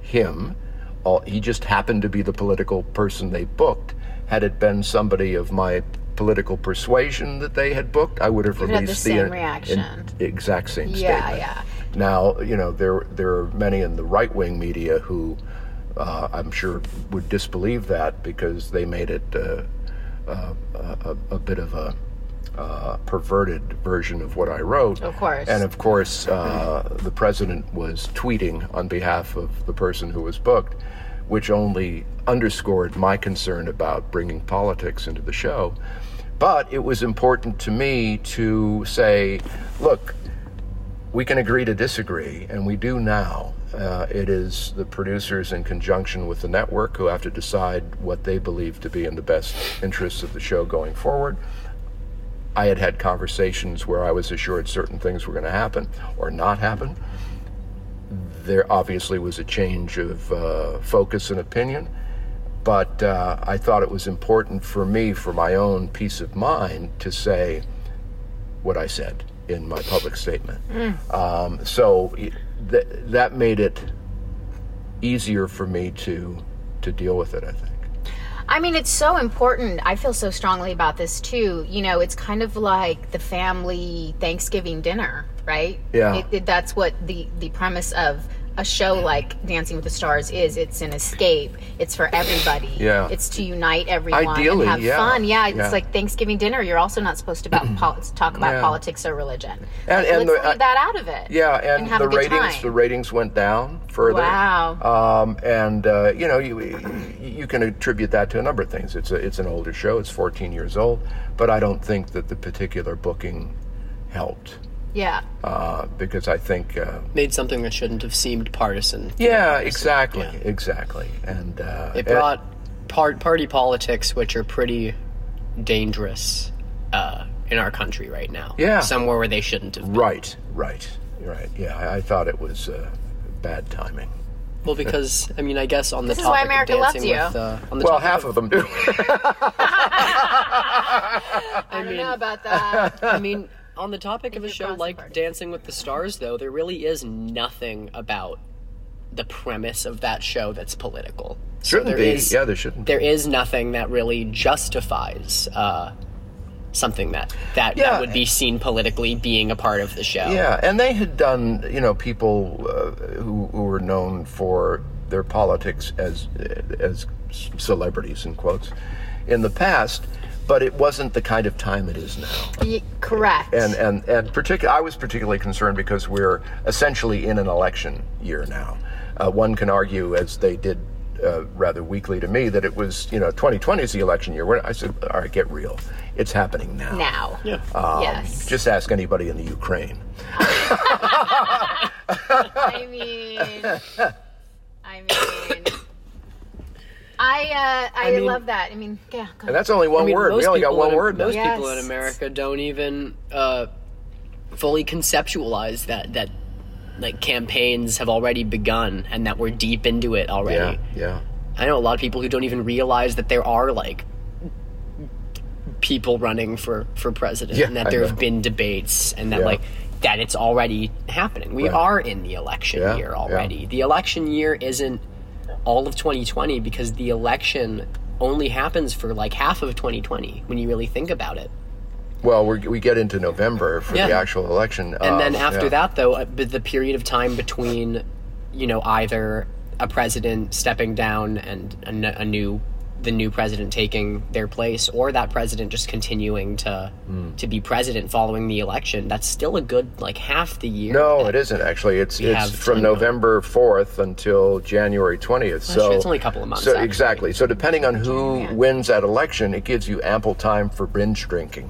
Speaker 2: him. All, he just happened to be the political person they booked. Had it been somebody of my political persuasion that they had booked, I would have
Speaker 1: have the
Speaker 2: released
Speaker 1: same
Speaker 2: in-
Speaker 1: reaction.
Speaker 2: in- exact same
Speaker 1: Yeah,
Speaker 2: statement.
Speaker 1: yeah.
Speaker 2: Now, you know, there there are many in the right wing media who uh, I'm sure would disbelieve that because they made it uh, uh, a, a bit of a uh, perverted version of what I wrote.
Speaker 1: Of course.
Speaker 2: And of course, uh, the president was tweeting on behalf of the person who was booked, which only underscored my concern about bringing politics into the show. But it was important to me to say, look, we can agree to disagree, and we do now. Uh, it is the producers in conjunction with the network who have to decide what they believe to be in the best interests of the show going forward. I had had conversations where I was assured certain things were going to happen or not happen. There obviously was a change of uh, focus and opinion, but uh, I thought it was important for me, for my own peace of mind, to say what I said in my public statement. Um, so it- th- that made it easier for me to to deal with it. I think.
Speaker 1: I mean, it's so important. I feel so strongly about this too. You know, it's kind of like the family Thanksgiving dinner, right?
Speaker 2: Yeah.
Speaker 1: It, it- that's what the the premise of a show like Dancing with the Stars is. It's an escape. It's for everybody.
Speaker 2: Yeah.
Speaker 1: It's to unite everyone
Speaker 2: Ideally,
Speaker 1: and have
Speaker 2: yeah.
Speaker 1: fun. Yeah. It's
Speaker 2: Yeah.
Speaker 1: like Thanksgiving dinner. You're also not supposed to
Speaker 2: <clears throat>
Speaker 1: about pol- talk about
Speaker 2: Yeah.
Speaker 1: politics or religion.
Speaker 2: And-
Speaker 1: Like,
Speaker 2: and
Speaker 1: let's
Speaker 2: the-
Speaker 1: leave
Speaker 2: I-
Speaker 1: that out of it.
Speaker 2: Yeah, and,
Speaker 1: have a
Speaker 2: the
Speaker 1: good
Speaker 2: ratings
Speaker 1: time.
Speaker 2: the ratings went down further.
Speaker 1: Wow.
Speaker 2: Um, and uh, you know you you can attribute that to a number of things. It's a, it's an older show. It's 14 years old, but I don't think that the particular booking helped
Speaker 1: Yeah.
Speaker 2: uh, because I think. Uh,
Speaker 3: Made something that shouldn't have seemed partisan.
Speaker 2: yeah, exactly, exactly, and uh,
Speaker 3: It
Speaker 2: and-
Speaker 3: brought part party politics, which are pretty dangerous uh, in our country right now.
Speaker 2: Yeah.
Speaker 3: somewhere where they shouldn't have. Been.
Speaker 2: Right, right, right. Yeah, I, I thought it was uh, bad timing.
Speaker 3: Well, because I mean, I guess on the
Speaker 1: This is why
Speaker 3: topic
Speaker 1: America
Speaker 3: of
Speaker 1: loves
Speaker 3: dancing
Speaker 1: you.
Speaker 3: with uh, on the
Speaker 2: Well,
Speaker 3: topic
Speaker 2: half of them <laughs> do.
Speaker 1: I, don't know
Speaker 2: <laughs>
Speaker 1: about that.
Speaker 3: I mean, on the topic of a
Speaker 1: you're
Speaker 3: show
Speaker 1: crossing
Speaker 3: like
Speaker 1: parties.
Speaker 3: Dancing with the Stars, though, there really is nothing about the premise of that show that's political. So
Speaker 2: shouldn't
Speaker 3: there
Speaker 2: be.
Speaker 3: is-
Speaker 2: yeah, there shouldn't.
Speaker 3: there is nothing that really justifies uh, something that that,
Speaker 2: Yeah.
Speaker 3: that would be seen politically being a part of the show.
Speaker 2: Yeah, and they had done, you know, people uh, who, who were known for their politics as as celebrities in quotes in the past, but it wasn't the kind of time it is now.
Speaker 1: Ye- correct.
Speaker 2: And and and particu- I was particularly concerned because we're essentially in an election year now. Uh, one can argue, as they did. Uh, rather weakly to me that it was you know 2020 is the election year. We're- I said, all right, get real. It's happening now.
Speaker 1: now. Yeah. yes.
Speaker 2: Just ask anybody in the Ukraine.
Speaker 1: I <laughs> mean, I mean, I uh, I,
Speaker 3: mean-
Speaker 1: love that. I mean, yeah, go
Speaker 2: And that's only one
Speaker 3: I mean,
Speaker 2: word. We
Speaker 3: most
Speaker 2: only got
Speaker 3: people
Speaker 2: one
Speaker 3: in-
Speaker 2: word. now.
Speaker 3: Most
Speaker 1: Yes.
Speaker 3: people in America don't even uh, fully conceptualize that that like campaigns have already begun and that we're deep into it already.
Speaker 2: Yeah, yeah.
Speaker 3: I know a lot of people who don't even realize that there are like people running for for president
Speaker 2: Yeah,
Speaker 3: and that
Speaker 2: I
Speaker 3: there
Speaker 2: know.
Speaker 3: have been debates and that
Speaker 2: Yeah.
Speaker 3: like that it's already happening. We
Speaker 2: Right.
Speaker 3: are in the election
Speaker 2: Yeah,
Speaker 3: year
Speaker 2: yeah.
Speaker 3: already. The election year isn't all of 2020 because the election only happens for like half of 2020 when you really think about it.
Speaker 2: Well, we're, we get into November for the
Speaker 3: Yeah.
Speaker 2: actual election,
Speaker 3: And
Speaker 2: um,
Speaker 3: then after
Speaker 2: yeah.
Speaker 3: that, though, uh, but the period of time between, you know, either a president stepping down and a, n- a new the new president taking their place or that president just continuing to
Speaker 2: Hmm.
Speaker 3: to be president following the election. That's still a good like half the year.
Speaker 2: No, it isn't actually. It's it's
Speaker 3: have
Speaker 2: from
Speaker 3: time.
Speaker 2: November fourth until January twentieth.
Speaker 3: Well,
Speaker 2: So
Speaker 3: actually, it's only a couple of months,
Speaker 2: So
Speaker 3: actually.
Speaker 2: exactly. So depending on who wins that election, it gives you ample time for binge drinking.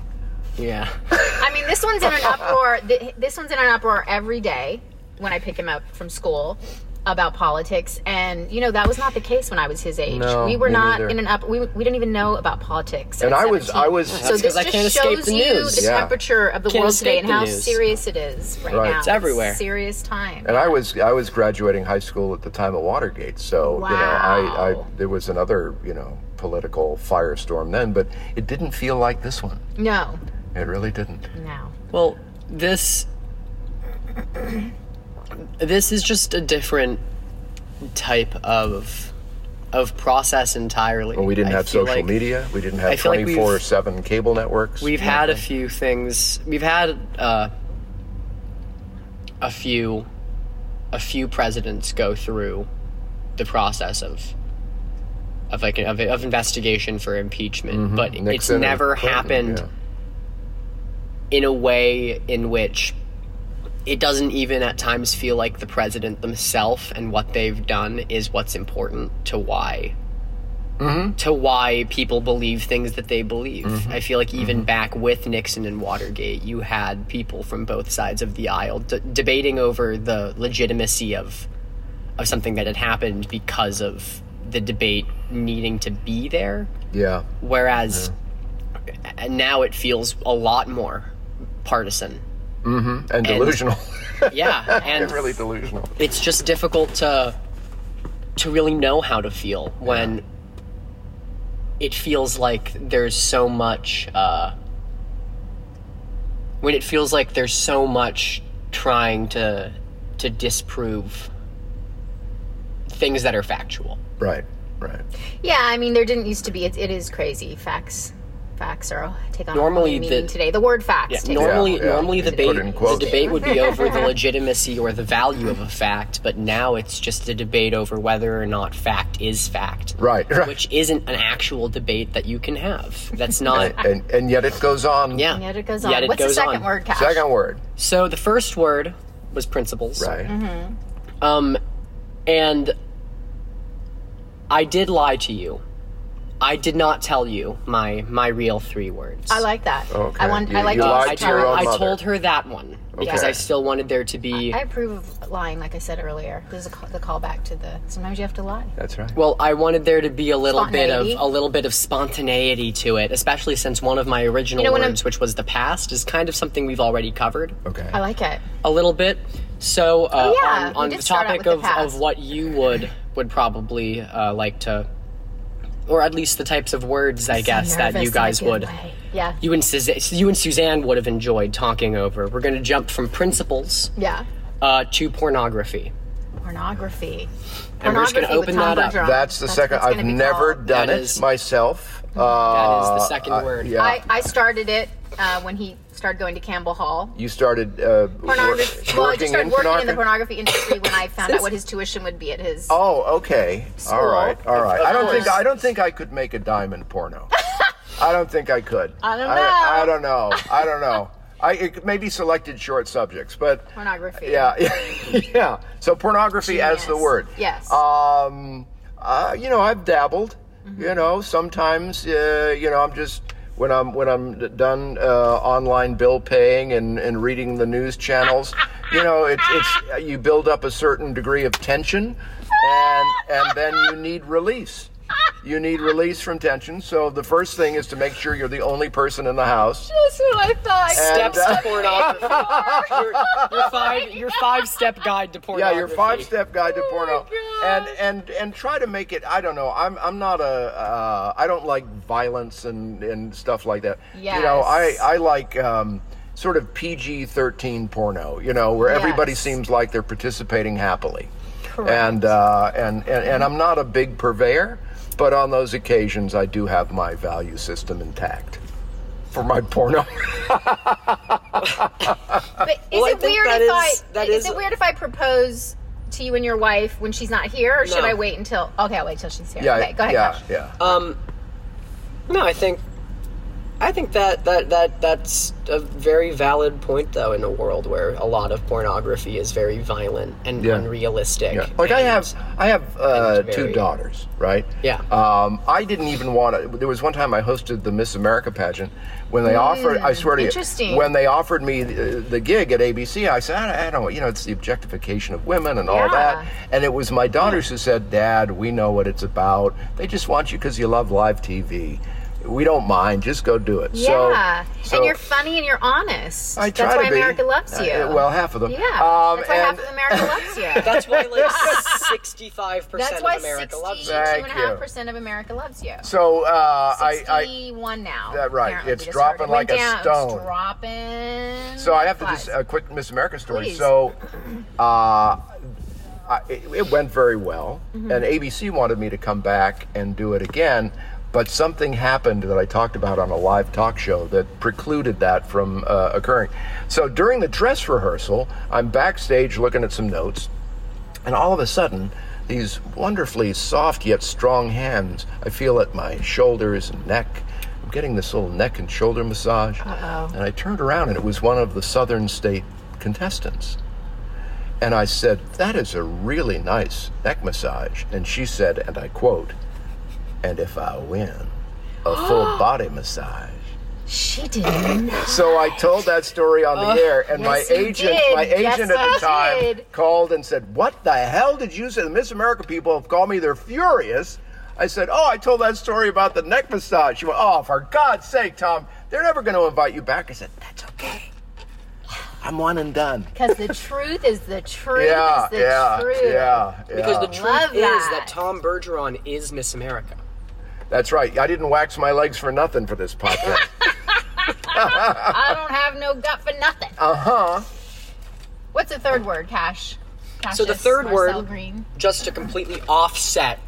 Speaker 3: Yeah.
Speaker 1: I mean, this one's in an uproar. th- This one's in an uproar every day when I pick him up from school about politics. And you know that was not the case when I was his age.
Speaker 2: No,
Speaker 1: we were
Speaker 2: me
Speaker 1: not
Speaker 2: neither.
Speaker 1: in an up. We, we didn't even know about politics.
Speaker 2: And
Speaker 1: at
Speaker 2: I was-
Speaker 1: 17.
Speaker 2: I was-
Speaker 1: So
Speaker 2: That's
Speaker 1: this
Speaker 3: 'cause I
Speaker 1: just
Speaker 3: can't escape
Speaker 1: shows
Speaker 3: the
Speaker 1: you
Speaker 3: news.
Speaker 1: the
Speaker 2: Yeah.
Speaker 1: temperature of the
Speaker 3: Can't
Speaker 1: world today
Speaker 3: escape
Speaker 1: and
Speaker 3: the
Speaker 1: how
Speaker 3: news.
Speaker 1: serious it is right,
Speaker 2: Right.
Speaker 1: now.
Speaker 2: It's
Speaker 3: everywhere.
Speaker 1: serious time.
Speaker 2: And I was I was graduating high school at the time of Watergate, so you know I, I
Speaker 1: Wow.
Speaker 2: there was another you know political firestorm then, but it didn't feel like this one.
Speaker 1: No,
Speaker 2: It really didn't.
Speaker 1: no.
Speaker 3: Well, this this is just a different type of of process entirely.
Speaker 2: Well, we didn't
Speaker 3: I
Speaker 2: have
Speaker 3: feel
Speaker 2: social
Speaker 3: like
Speaker 2: media. We didn't
Speaker 3: I
Speaker 2: have
Speaker 3: feel like
Speaker 2: twenty
Speaker 3: we've-
Speaker 2: four seven cable networks.
Speaker 3: We've had a few things. We've had uh, a few a few presidents go through the process of of like of, of investigation for impeachment, but it's
Speaker 2: Mm-hmm. Nixon and
Speaker 3: never
Speaker 2: Clinton,
Speaker 3: happened.
Speaker 2: yeah.
Speaker 3: in a way in which it doesn't even at times feel like the president themselves and what they've done is what's important to why to why people believe things that they believe. I feel like even back with Nixon and Watergate, you had people from both sides of the aisle d- debating over the legitimacy of of something that had happened because of the debate needing to be there
Speaker 2: Yeah.
Speaker 3: whereas and now it feels a lot more partisan
Speaker 2: And
Speaker 3: <laughs>
Speaker 2: delusional.
Speaker 3: yeah and
Speaker 2: really delusional.
Speaker 3: it's just difficult to to really know how to feel when it feels like there's so much uh when it feels like there's so much trying to to disprove things that are factual
Speaker 2: Right. Right.
Speaker 1: Yeah, I mean, there didn't used to be. It, it is crazy. Facts, facts are take on
Speaker 3: Normally
Speaker 1: normally meaning
Speaker 3: the-
Speaker 1: today. The word facts. takes on-
Speaker 3: normally,
Speaker 2: Yeah, yeah.
Speaker 3: normally the
Speaker 2: Just put
Speaker 3: debate,
Speaker 2: it in quotes.
Speaker 3: the debate would be over the legitimacy or the value of a fact, but now it's just a debate over whether or not fact is fact,
Speaker 2: Right. Right.
Speaker 3: Which isn't an actual debate that you can have. That's not.
Speaker 2: and and yet it goes on.
Speaker 3: yeah.
Speaker 1: Yet it goes on.
Speaker 3: Yet it
Speaker 1: What's
Speaker 3: goes
Speaker 1: the second
Speaker 3: on.
Speaker 1: word, Cash?
Speaker 2: Second word.
Speaker 3: So the first word was principles,
Speaker 2: Right.
Speaker 3: mm-hmm. Um, and I did lie to you. I did not tell you my my real three words.
Speaker 1: I like that.
Speaker 2: Okay.
Speaker 1: I want.
Speaker 2: You-
Speaker 1: I like.
Speaker 2: you
Speaker 1: that.
Speaker 2: lied
Speaker 3: I
Speaker 2: to your
Speaker 3: told,
Speaker 2: own
Speaker 3: I
Speaker 2: mother.
Speaker 3: told her that one because
Speaker 2: Okay.
Speaker 3: I still wanted there to be.
Speaker 1: I approve of lying, like I said earlier. There's a call, the callback to the. Sometimes you have to lie.
Speaker 2: That's right.
Speaker 3: Well, I wanted there to be a little bit of
Speaker 1: Spontaneity.
Speaker 3: a little bit of spontaneity to it, especially since one of my original
Speaker 1: You know, when I'm-
Speaker 3: words, which was the past, is kind of something we've already covered
Speaker 2: okay.
Speaker 1: I like it.
Speaker 3: a little bit. So, uh,
Speaker 1: Oh, yeah, we
Speaker 3: on, on
Speaker 1: did
Speaker 3: the
Speaker 1: start out
Speaker 3: topic
Speaker 1: with
Speaker 3: of,
Speaker 1: the past.
Speaker 3: of what you would would probably uh, like to, or at least the types of words, I guess, that
Speaker 1: Nervous
Speaker 3: you
Speaker 1: in a
Speaker 3: guys
Speaker 1: good
Speaker 3: would.
Speaker 1: way. Yeah.
Speaker 3: You and, Suz- you and Suzanne would have enjoyed talking over. We're going to jump from principles
Speaker 1: yeah.
Speaker 3: uh, to pornography.
Speaker 1: Pornography.
Speaker 3: And we're just gonna
Speaker 1: Pornography with
Speaker 3: open
Speaker 1: Tom
Speaker 3: that up.
Speaker 1: Bergeron.
Speaker 2: That's the
Speaker 1: That's
Speaker 2: second.
Speaker 1: what it's
Speaker 2: I've
Speaker 1: gonna be
Speaker 2: never
Speaker 1: called.
Speaker 2: done
Speaker 3: That
Speaker 2: it
Speaker 3: is-
Speaker 2: myself.
Speaker 3: That is
Speaker 2: Uh,
Speaker 3: the second
Speaker 2: I-
Speaker 3: word.
Speaker 2: Yeah.
Speaker 1: I, I started it uh, when he started going to Campbell Hall.
Speaker 2: you started uh, wor-
Speaker 1: Pornography. Well, I just started working in the
Speaker 2: pornogra-
Speaker 1: pornography industry when I found out what his tuition would be at his.
Speaker 2: Oh, okay. All
Speaker 1: School.
Speaker 2: right. All right.
Speaker 3: Of
Speaker 2: I don't think
Speaker 3: course.
Speaker 2: I don't think I could make a diamond porno. I don't think I could.
Speaker 1: <laughs> I don't
Speaker 2: I,
Speaker 1: know.
Speaker 2: don't know. I don't know. I it, maybe selected short subjects, but
Speaker 1: Pornography.
Speaker 2: yeah, <laughs> yeah. So pornography as the
Speaker 1: Genius.
Speaker 2: word.
Speaker 1: Yes.
Speaker 2: Um, uh, you know, I've dabbled.
Speaker 1: Mm-hmm.
Speaker 2: You know, sometimes uh, you know I'm just when I'm when I'm d- done uh, online bill paying and, and reading the
Speaker 1: <laughs>
Speaker 2: news channels. you know, it's it's uh, you build up a certain degree of tension, and and then you need release. You need release from tension. So the first thing is to make sure you're the only person in the house.
Speaker 1: That's what I thought.
Speaker 3: Steps
Speaker 2: uh,
Speaker 3: to pornography. your, your five your five step guide to
Speaker 2: Yeah,
Speaker 3: pornography.
Speaker 2: your five step guide to porno, and
Speaker 1: Oh gosh.
Speaker 2: and and try to make it. I don't know. I'm I'm not a. Uh, I don't like violence and and stuff like that. You know, I
Speaker 1: Yes.
Speaker 2: I like. Um, Sort of PG 13 porno, you know, where everybody
Speaker 1: Yes.
Speaker 2: seems like they're participating happily.
Speaker 1: Correct.
Speaker 2: And, uh, and, and, and I'm not a big purveyor, but on those occasions I do have my value system intact for my porno. <laughs>
Speaker 1: But is
Speaker 3: Well, I think
Speaker 1: it weird
Speaker 2: Uh,
Speaker 3: that
Speaker 1: if
Speaker 3: is-
Speaker 1: I
Speaker 3: that
Speaker 1: is,
Speaker 3: is-
Speaker 1: it weird if I propose to you and your wife when she's not here, or should
Speaker 3: No.
Speaker 1: I wait until? Okay, I'll wait till she's here.
Speaker 2: Yeah,
Speaker 1: okay, go ahead.
Speaker 2: yeah,
Speaker 1: Josh.
Speaker 2: yeah.
Speaker 3: Um, no, I think, I think that that that that's a very valid point, though, in a world where a lot of pornography is very violent and
Speaker 2: Yeah.
Speaker 3: unrealistic.
Speaker 2: Yeah. Like I
Speaker 3: and-
Speaker 2: have, I have uh,
Speaker 3: it's
Speaker 2: two
Speaker 3: very-
Speaker 2: daughters, right?
Speaker 3: Yeah.
Speaker 2: Um, I didn't even want to. There was one time I hosted the Miss America pageant. When they offered, I swear to
Speaker 1: Mm, interesting.
Speaker 2: you, when they offered me the, the gig at ABC, I said, I don't, you know, it's the objectification of women and all
Speaker 1: Yeah.
Speaker 2: that. And it was my daughters who said, Dad, we know what it's about. They just want you because you love live TV. We don't mind. Just go do it. So-
Speaker 1: Yeah.
Speaker 2: so,
Speaker 1: and you're funny and you're honest.
Speaker 2: I try
Speaker 1: that's why
Speaker 2: to be.
Speaker 1: America loves
Speaker 2: Uh,
Speaker 1: you.
Speaker 2: well, half of them.
Speaker 1: yeah.
Speaker 2: Um,
Speaker 1: that's why half
Speaker 2: and-
Speaker 1: of America loves
Speaker 2: <laughs>
Speaker 1: you.
Speaker 3: That's why like sixty-five percent
Speaker 1: That's
Speaker 3: of
Speaker 1: why
Speaker 3: America loves it.
Speaker 2: Thank you.
Speaker 1: 62.5% of America loves you.
Speaker 2: So uh, I, I,
Speaker 1: 61 now.
Speaker 2: That right.
Speaker 1: apparently.
Speaker 2: It's
Speaker 1: We just heard
Speaker 2: dropping
Speaker 1: it went
Speaker 2: like a
Speaker 1: down.
Speaker 2: stone.
Speaker 1: It's dropping.
Speaker 2: So I have to
Speaker 1: like
Speaker 2: just
Speaker 1: flies.
Speaker 2: a quick Miss America story.
Speaker 1: Please.
Speaker 2: So, uh, I, it, it went very well, and ABC wanted me to come back and do it again, but something happened that I talked about on a live talk show that precluded that from uh, occurring. So during the dress rehearsal, I'm backstage looking at some notes, and all of a sudden, these wonderfully soft yet strong hands I feel at my shoulders and neck. I'm getting this little neck and shoulder massage. And I turned around and it was one of the Southern State contestants. And I said, That is a really nice neck massage. And she said, and I quote, And if I win, a full body massage.
Speaker 1: She didn't.
Speaker 2: So I told that story on the air, and
Speaker 1: Oh, yes,
Speaker 2: my
Speaker 1: you
Speaker 2: agent,
Speaker 1: did.
Speaker 2: my
Speaker 1: Yes,
Speaker 2: agent at
Speaker 1: I
Speaker 2: the time,
Speaker 1: did.
Speaker 2: called and said, "What the hell did you say?" The Miss America people have called me; they're furious. I said, "Oh, I told that story about the neck massage." She went, "Oh, for God's sake, Tom! They're never going to invite you back." I said, "That's okay. I'm one and done."
Speaker 1: Because the truth is the truth.
Speaker 2: Yeah,
Speaker 1: is the
Speaker 2: yeah,
Speaker 1: truth.
Speaker 2: yeah,
Speaker 3: Because the
Speaker 2: yeah.
Speaker 3: truth
Speaker 1: Love
Speaker 3: is
Speaker 1: that.
Speaker 3: that Tom Bergeron is Miss America.
Speaker 2: That's right. I didn't wax my legs for nothing for
Speaker 1: <laughs>
Speaker 2: this podcast.
Speaker 1: I don't have no gut for nothing.
Speaker 2: uh huh.
Speaker 1: What's the third word, Cash?
Speaker 3: So the
Speaker 1: Cassius
Speaker 3: third
Speaker 1: Marcel
Speaker 3: word-
Speaker 1: Green.
Speaker 3: just to completely offset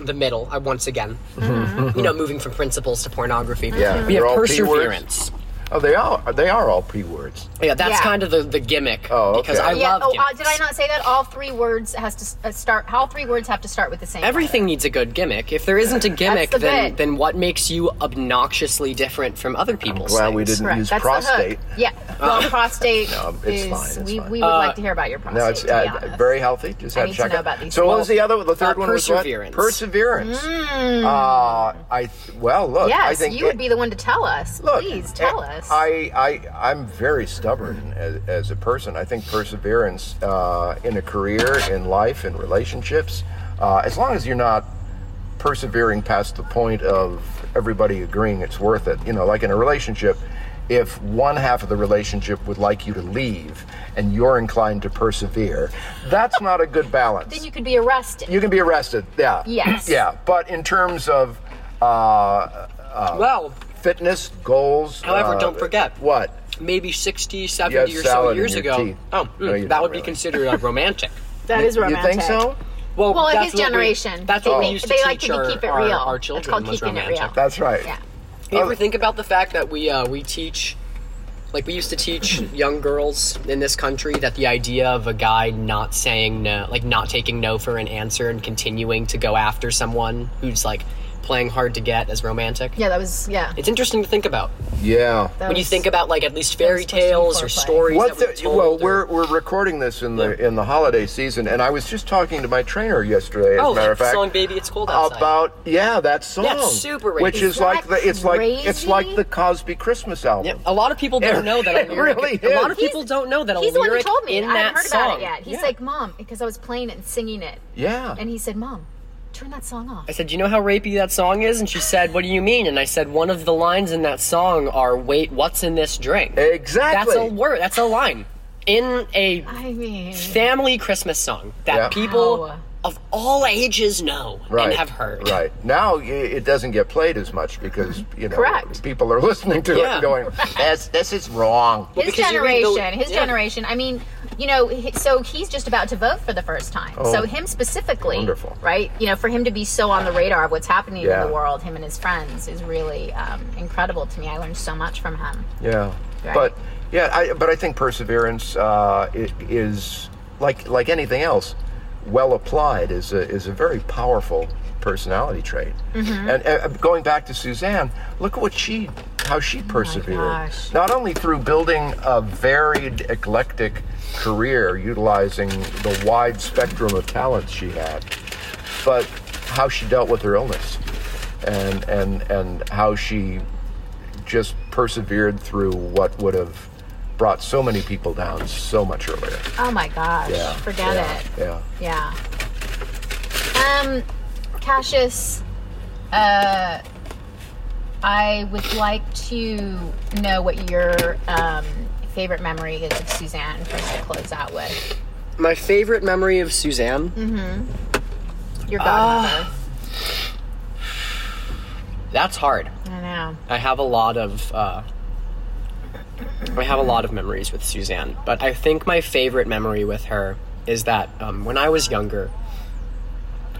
Speaker 3: the middle I once again you know moving from principles to pornography
Speaker 2: Mm-hmm. Yeah,
Speaker 3: we
Speaker 2: they're
Speaker 3: have
Speaker 2: all P words.
Speaker 3: perseverance
Speaker 2: Oh, they are. They are all p words.
Speaker 3: yeah that's
Speaker 1: Yeah.
Speaker 3: kind of the, the gimmick
Speaker 2: Oh, okay.
Speaker 3: because I
Speaker 1: Yeah.
Speaker 3: love
Speaker 1: Oh, uh,
Speaker 3: gimmicks.
Speaker 1: did I not say that? All three words has to s- uh, start. All three words have to start with the same.
Speaker 3: Everything needs a good gimmick. If there isn't a gimmick,
Speaker 1: the
Speaker 3: then
Speaker 1: bit.
Speaker 3: then what makes you obnoxiously different from other people's?
Speaker 2: Glad we
Speaker 3: things?
Speaker 2: didn't
Speaker 1: Correct.
Speaker 2: use
Speaker 1: That's
Speaker 2: prostate.
Speaker 1: The hook. Yeah. Well, prostate
Speaker 2: <laughs> No, it's
Speaker 1: is.
Speaker 2: fine, it's
Speaker 1: we,
Speaker 2: fine.
Speaker 1: we
Speaker 3: Uh,
Speaker 1: would like to hear about your prostate.
Speaker 2: No, it's
Speaker 1: to be
Speaker 2: uh,
Speaker 1: honest.
Speaker 2: very healthy. Just
Speaker 1: I
Speaker 2: had
Speaker 1: need to
Speaker 2: check
Speaker 1: know
Speaker 2: it.
Speaker 1: about these.
Speaker 2: So what
Speaker 1: Well,
Speaker 2: was the other? The third
Speaker 3: uh,
Speaker 2: one was what?
Speaker 3: perseverance.
Speaker 2: Perseverance. Uh, I well look.
Speaker 1: Mm. Yes,
Speaker 2: I think
Speaker 1: you would
Speaker 2: it-
Speaker 1: be the one to tell us.
Speaker 2: Look, eh,
Speaker 1: Please tell
Speaker 2: I-
Speaker 1: us.
Speaker 2: I, I, I'm very stubborn as, as a person. I think perseverance uh, in a career, in life, in relationships, uh, as long as you're not persevering past the point of everybody agreeing it's worth it. You know, like in a relationship, if one half of the relationship would like you to leave and you're inclined to persevere, that's not a good balance
Speaker 1: then you could be arrested.
Speaker 2: you can be arrested. Yeah.
Speaker 1: Yes.
Speaker 2: Yeah. But in terms of uh,
Speaker 3: well,
Speaker 2: fitness goals,
Speaker 3: However,
Speaker 2: uh,
Speaker 3: don't forget-
Speaker 2: what.
Speaker 3: maybe 60,
Speaker 2: You
Speaker 3: 70
Speaker 2: have
Speaker 3: or so
Speaker 2: salad in
Speaker 3: years
Speaker 2: your
Speaker 3: ago.
Speaker 2: teeth.
Speaker 3: Oh, mm,
Speaker 2: No, you
Speaker 3: that
Speaker 2: don't
Speaker 3: would
Speaker 2: really.
Speaker 3: be considered
Speaker 2: <laughs>
Speaker 3: uh, romantic.
Speaker 1: That is
Speaker 2: You think so?
Speaker 3: Well,
Speaker 1: Well,
Speaker 3: that's what
Speaker 1: his
Speaker 3: we-
Speaker 1: generation.
Speaker 3: that's what
Speaker 1: They
Speaker 3: we
Speaker 1: think-
Speaker 3: used to
Speaker 1: they like
Speaker 3: teach
Speaker 1: to
Speaker 3: our,
Speaker 1: keep it
Speaker 3: our,
Speaker 1: real.
Speaker 3: our
Speaker 1: It's
Speaker 3: children
Speaker 1: called
Speaker 3: was
Speaker 1: keeping it real.
Speaker 3: romantic.
Speaker 2: That's right.
Speaker 1: Yeah.
Speaker 3: You ever think about the fact that we uh, we teach, like we used to
Speaker 2: <clears throat>
Speaker 3: teach young girls in this country that the idea of a guy not saying no, like not taking no for an answer and continuing to go after someone who's like playing hard to get is romantic.
Speaker 1: Yeah, that was yeah.
Speaker 3: It's interesting to think about
Speaker 2: Yeah.
Speaker 1: That
Speaker 3: when you
Speaker 1: was-
Speaker 3: think about like at least fairy
Speaker 1: supposed to be
Speaker 3: tales or
Speaker 1: foreplay.
Speaker 3: stories
Speaker 2: What
Speaker 3: that we
Speaker 2: the, well,
Speaker 3: told. or-
Speaker 2: we're, we're recording this in the in the holiday season, and I was just talking to my trainer yesterday. As
Speaker 3: oh,
Speaker 2: a matter of
Speaker 3: that
Speaker 2: fact,
Speaker 3: song "Baby It's Cold Outside."
Speaker 2: about yeah that song,
Speaker 3: super racist.
Speaker 2: which is
Speaker 1: Is
Speaker 2: like
Speaker 1: that
Speaker 2: the it's like it's
Speaker 1: crazy?
Speaker 2: like the Cosby Christmas album.
Speaker 3: Yeah, a lot of people don't know that.
Speaker 2: <laughs> It
Speaker 3: A lyric,
Speaker 2: really
Speaker 3: a lot
Speaker 2: is.
Speaker 3: of people
Speaker 1: He's-
Speaker 3: don't know that a
Speaker 1: He's the one who
Speaker 3: lyric
Speaker 1: told me.
Speaker 3: in
Speaker 1: I
Speaker 3: that
Speaker 1: haven't heard
Speaker 3: song.
Speaker 1: about it yet. He's
Speaker 3: Yeah.
Speaker 1: like, Mom, because I was playing it and singing it,
Speaker 2: Yeah.
Speaker 1: and he said, Mom, turn that song off.
Speaker 3: I said, "You know how rapey that song is?" And she said, "What do you mean?" And I said, "One of the lines in that song are, wait, what's in this drink?"
Speaker 2: exactly.
Speaker 3: That's a word. That's a line in a
Speaker 1: I mean,
Speaker 3: family Christmas song that
Speaker 2: Yeah.
Speaker 3: people
Speaker 1: Wow.
Speaker 3: of all ages know
Speaker 2: right.
Speaker 3: and have heard.
Speaker 2: Right now, i- it doesn't get played as much because you know
Speaker 1: Correct.
Speaker 2: people are <laughs> listening to it
Speaker 3: Yeah.
Speaker 2: and going, "This this is wrong."
Speaker 3: Well,
Speaker 1: his
Speaker 3: because you read the-
Speaker 1: generation, his
Speaker 3: yeah.
Speaker 1: generation. I mean, you know, he- so he's just about to vote for the first time. so him specifically,
Speaker 2: Oh. wonderful.
Speaker 1: right? You know, for him to be so on the radar of what's happening
Speaker 2: Yeah.
Speaker 1: in the world, him and his friends, is really um, incredible to me. I learned so much from him.
Speaker 2: Yeah,
Speaker 1: Right.
Speaker 2: but yeah, I, but I think perseverance uh, i- is like like anything else. well applied is a, is a very powerful personality trait. And uh, going back to Suzanne, look at what she how she persevered.
Speaker 1: gosh.
Speaker 2: Not only through building a varied eclectic career utilizing the wide spectrum of talents she had, but how she dealt with her illness and and and how she just persevered through what would have brought so many people down so much earlier.
Speaker 1: Oh my gosh.
Speaker 2: Yeah,
Speaker 1: Forget
Speaker 2: yeah,
Speaker 1: it.
Speaker 2: Yeah.
Speaker 1: Yeah. Um, Cassius, uh, I would like to know what your um, favorite memory is of Suzanne for us to close out with.
Speaker 3: My favorite memory of Suzanne.
Speaker 1: Your godmother.
Speaker 3: That's hard.
Speaker 1: I know.
Speaker 3: I have a lot of uh, I have a lot of memories with Suzanne, but I think my favorite memory with her is that um, when I was younger,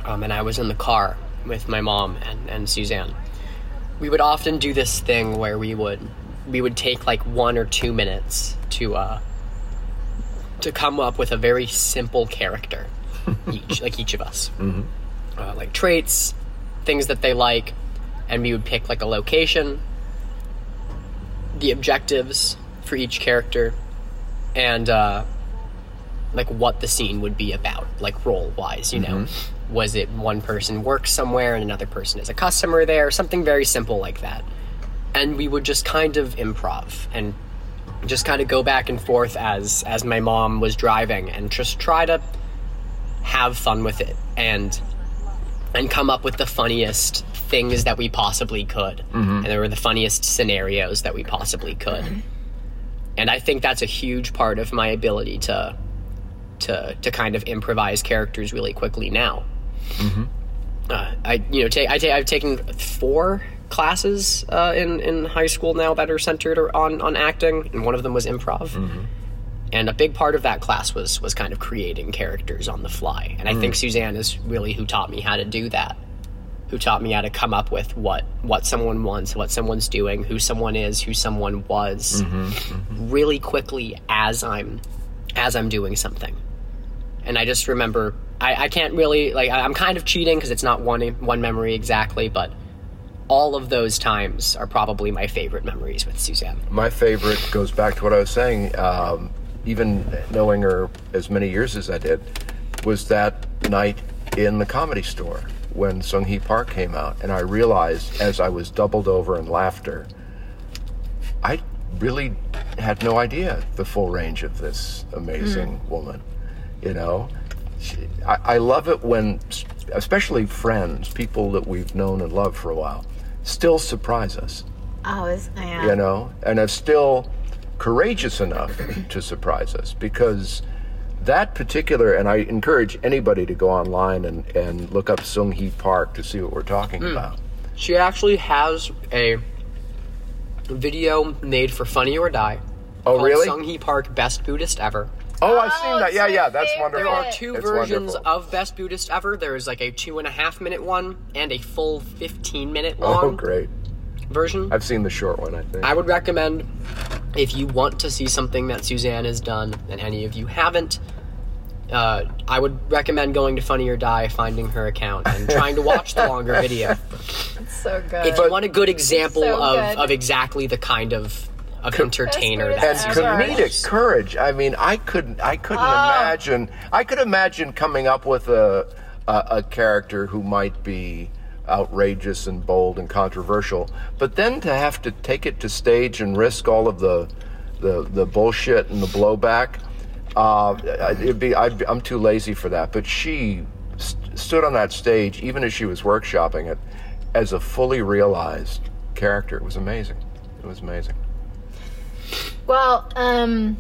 Speaker 3: um, and I was in the car with my mom and, and Suzanne, we would often do this thing where we would we would take like one or two minutes to uh, to come up with a very simple character, each like each of us, uh, like traits, things that they like, and we would pick like a location, the objectives for each character, and uh, like what the scene would be about, like role wise, you know. Was it one person works somewhere and another person is a customer there? Something very simple like that. And we would just kind of improv and just kind of go back and forth as as my mom was driving and just try to have fun with it and and come up with the funniest things that we possibly could. And there were the funniest scenarios that we possibly could. And I think that's a huge part of my ability to to to kind of improvise characters really quickly now. Uh, I you know take I ta- I've taken four classes uh, in in high school now that are centered on on acting, and one of them was improv. And a big part of that class was was kind of creating characters on the fly. And I think Suzanne is really who taught me how to do that. Who taught me how to come up with what what someone wants, what someone's doing, who someone is, who someone was, really quickly as I'm as I'm doing something. And I just remember I, I can't really like I, I'm kind of cheating because it's not one one memory exactly, but all of those times are probably my favorite memories with Suzanne.
Speaker 2: My favorite goes back to what I was saying, um, even knowing her as many years as I did, was that night in the comedy store when Sung Hee Park came out. And I realized as I was doubled over in laughter, I really had no idea the full range of this amazing woman. You know, she, I, I love it when, s- especially friends, people that we've known and loved for a while, still surprise us
Speaker 1: Oh, is yeah.
Speaker 2: you know, and are still courageous enough to surprise us because that particular, and I encourage anybody to go online and, and look up Sung Hee Park to see what we're talking
Speaker 3: Hmm.
Speaker 2: about.
Speaker 3: She actually has a video made for Funny or Die.
Speaker 2: Oh,
Speaker 3: called
Speaker 2: really?
Speaker 3: Sung Hee Park Best Buddhist Ever.
Speaker 2: Oh, I've seen
Speaker 1: Oh,
Speaker 2: that.
Speaker 1: it's
Speaker 2: Yeah,
Speaker 1: my
Speaker 2: yeah, that's
Speaker 1: favorite.
Speaker 2: wonderful.
Speaker 3: There are two
Speaker 2: It's
Speaker 3: versions
Speaker 2: wonderful.
Speaker 3: of Best Buddhist Ever. There is like a two and a half minute one and a full 15 minute
Speaker 2: Oh,
Speaker 3: long
Speaker 2: great.
Speaker 3: version.
Speaker 2: I've seen the short one, I think.
Speaker 3: I would recommend if you want to see something that Suzanne has done and any of you haven't. Uh, I would recommend going to Funny or Die, finding her account, and trying to watch the
Speaker 2: <laughs>
Speaker 3: longer video.
Speaker 1: It's so good.
Speaker 3: if you want a good example
Speaker 1: So
Speaker 3: of,
Speaker 1: good.
Speaker 3: of exactly the kind of of entertainer
Speaker 1: That's
Speaker 3: that
Speaker 2: and
Speaker 1: That's
Speaker 3: Suzanne
Speaker 1: Sorry.
Speaker 2: comedic
Speaker 3: was.
Speaker 2: courage. I mean, I couldn't. I couldn't imagine. I could imagine coming up with a, a a character who might be outrageous and bold and controversial, but then to have to take it to stage and risk all of the the, the bullshit and the blowback. Uh, it'd be. I'd, be- I'm too lazy for that. But she st- stood on that stage, even as she was workshopping it, as a fully realized character. It was amazing. It was amazing.
Speaker 1: Well, um,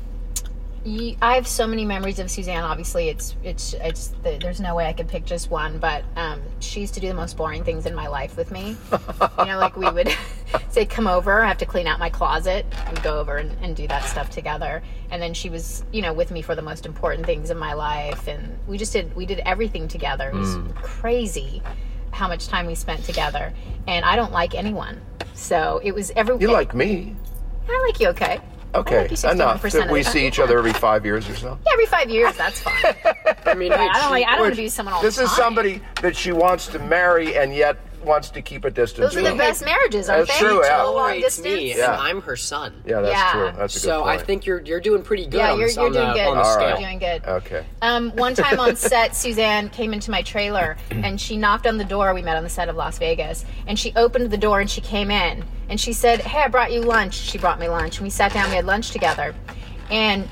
Speaker 1: you, I have so many memories of Suzanne. Obviously, it's it's it's the, there's no way I could pick just one, but um, she used to do the most boring things in my life with me. you know, like we would <laughs> say, "Come over," I have to clean out my closet. We'd go over and, and do that stuff together, and then she was, you know, with me for the most important things in my life, and we just did we did everything together. It was crazy how much time we spent together, and I don't like anyone, so it was every.
Speaker 2: You like me?
Speaker 1: I like you okay.
Speaker 2: Okay,
Speaker 1: might be 61%
Speaker 2: enough.
Speaker 1: of
Speaker 2: That we
Speaker 1: the-
Speaker 2: see each other every five years or so.
Speaker 1: Yeah, every five years, that's
Speaker 2: <laughs>
Speaker 1: fine.
Speaker 3: I mean,
Speaker 1: I don't like. I don't want
Speaker 2: Which-
Speaker 1: to be someone all
Speaker 2: This
Speaker 1: the time.
Speaker 2: is somebody that she wants to marry and yet wants to keep a distance.
Speaker 1: Those are the
Speaker 2: from.
Speaker 1: best marriages, aren't
Speaker 2: That's
Speaker 1: they?
Speaker 2: true, yeah.
Speaker 1: Long
Speaker 3: tolerates
Speaker 1: distance.
Speaker 3: me,
Speaker 2: Yeah.
Speaker 3: and I'm her son.
Speaker 2: Yeah, that's
Speaker 1: Yeah.
Speaker 2: true. That's a good
Speaker 3: so
Speaker 2: point.
Speaker 3: I think you're you're doing pretty good.
Speaker 1: Yeah,
Speaker 3: on
Speaker 1: you're-
Speaker 3: this-
Speaker 1: you're
Speaker 3: on the,
Speaker 1: doing good.
Speaker 3: on the
Speaker 2: All right.
Speaker 3: scale.
Speaker 1: You're doing good.
Speaker 2: Okay.
Speaker 1: Um,
Speaker 2: <laughs>
Speaker 1: one time on set, Suzanne came into my
Speaker 2: <clears throat>
Speaker 1: trailer and she knocked on the door. We met on the set of Las Vegas. And she opened the door and she came in. And she said, Hey, I brought you lunch. She brought me lunch. And we sat down, we had lunch together. And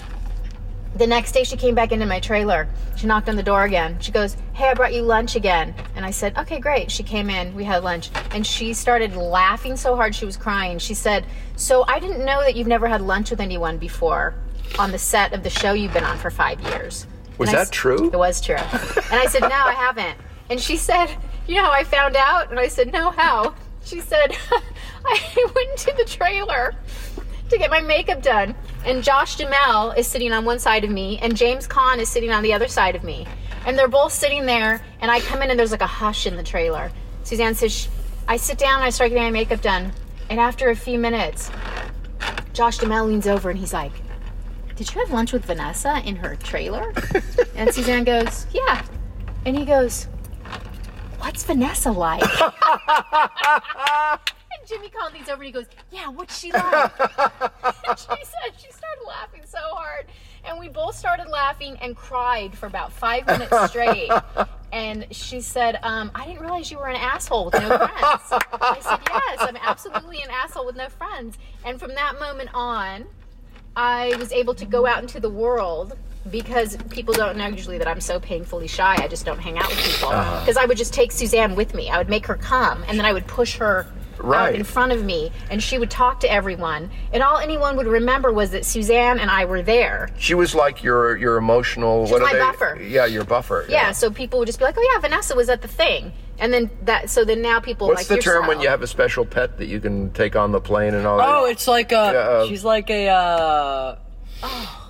Speaker 1: the next day she came back into my trailer. She knocked on the door again. She goes, Hey, I brought you lunch again. And I said, Okay, great. She came in, we had lunch. And she started laughing so hard she was crying. She said, So I didn't know that you've never had lunch with anyone before on the set of the show you've been on for five years.
Speaker 2: Was
Speaker 1: And I
Speaker 2: that
Speaker 1: s-
Speaker 2: true?
Speaker 1: It was true. And I said, No, I haven't. And she said, You know how I found out? And I said, No, how? She said, <laughs> I went into the trailer to get my makeup done. And Josh Jamel is sitting on one side of me, and James Caan is sitting on the other side of me. And they're both sitting there, and I come in, and there's like a hush in the trailer. Suzanne says, "Shh." I sit down, and I start getting my makeup done. And after a few minutes, Josh Jamel leans over and he's like, Did you have lunch with Vanessa in her trailer? <laughs> and Suzanne goes, Yeah. And he goes, What's Vanessa like? and Jimmy Conn leans over and he goes, Yeah, what's she like? she said she started laughing so hard and we both started laughing and cried for about five minutes straight and she said um, i didn't realize you were an asshole with no friends i said yes i'm absolutely an asshole with no friends and from that moment on i was able to go out into the world because people don't know usually that I'm so painfully shy, I just don't hang out with people. Because I would just take Suzanne with me. I would make her come, and then I would push her out
Speaker 2: Right.
Speaker 1: in front of me, and she would talk to everyone. And all anyone would remember was that Suzanne and I were there.
Speaker 2: She was like your your emotional.
Speaker 1: was
Speaker 2: what are
Speaker 1: my
Speaker 2: they?
Speaker 1: buffer.
Speaker 2: Yeah, your buffer.
Speaker 1: Yeah, so people would just be like, "Oh yeah, Vanessa was at the thing," and then that. So then now people
Speaker 2: What's
Speaker 1: like
Speaker 2: the term when
Speaker 1: yourself.
Speaker 2: you have a special pet that you can take on the plane and all
Speaker 3: Oh,
Speaker 2: that?
Speaker 3: it's like a.
Speaker 2: uh,
Speaker 3: she's like a. Uh,
Speaker 1: <laughs>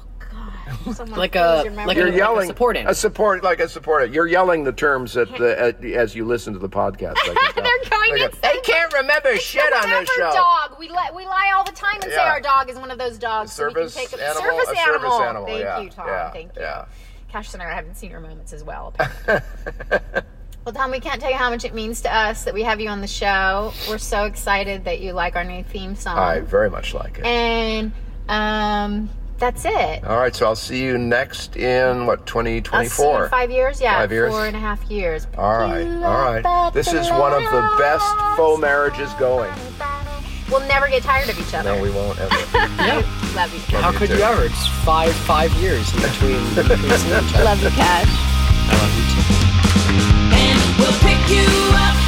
Speaker 1: God, someone
Speaker 3: like
Speaker 1: please
Speaker 3: a-
Speaker 1: remember
Speaker 3: like
Speaker 1: that.
Speaker 2: You're
Speaker 3: a
Speaker 2: yelling
Speaker 3: support animal.
Speaker 2: a support like a supporter. You're yelling the terms at the at, as you listen to the podcast. I can tell.
Speaker 1: <laughs> They're going
Speaker 2: Like a-
Speaker 1: insane.
Speaker 2: They can't remember shit on
Speaker 1: Whatever
Speaker 2: this show.
Speaker 1: dog, we let we lie all the time and say
Speaker 2: Yeah.
Speaker 1: our dog is one of those dogs.
Speaker 2: Service
Speaker 1: so we can take a,
Speaker 2: animal.
Speaker 1: Service
Speaker 2: a
Speaker 1: animal.
Speaker 2: service animal.
Speaker 1: Thank
Speaker 2: yeah,
Speaker 1: you, Tom.
Speaker 2: Yeah,
Speaker 1: Thank you.
Speaker 2: Yeah.
Speaker 1: Cash and I haven't seen your moments as
Speaker 2: <laughs>
Speaker 1: well. apparently. well, Tom, we can't tell you how much it means to us that we have you on the show. We're so excited that you like our new theme song.
Speaker 2: I very much like it.
Speaker 1: And um, that's it.
Speaker 2: all right, so I'll see you next in what
Speaker 1: I'll see you in
Speaker 2: 2024.
Speaker 1: five years. Yeah,
Speaker 2: Five years?
Speaker 1: four and a half years.
Speaker 2: All right, all right. This is one of the best faux marriages going.
Speaker 1: We'll never get tired of each other.
Speaker 2: No, we won't
Speaker 1: <laughs>
Speaker 2: ever.
Speaker 3: yeah.
Speaker 1: Love you.
Speaker 3: How
Speaker 2: You
Speaker 3: could
Speaker 2: too.
Speaker 3: you ever? It's five five years
Speaker 2: <laughs>
Speaker 3: in between. between seeing each other.
Speaker 2: <laughs>
Speaker 1: Love you, Cash.
Speaker 3: I love you too.
Speaker 4: and we'll pick you up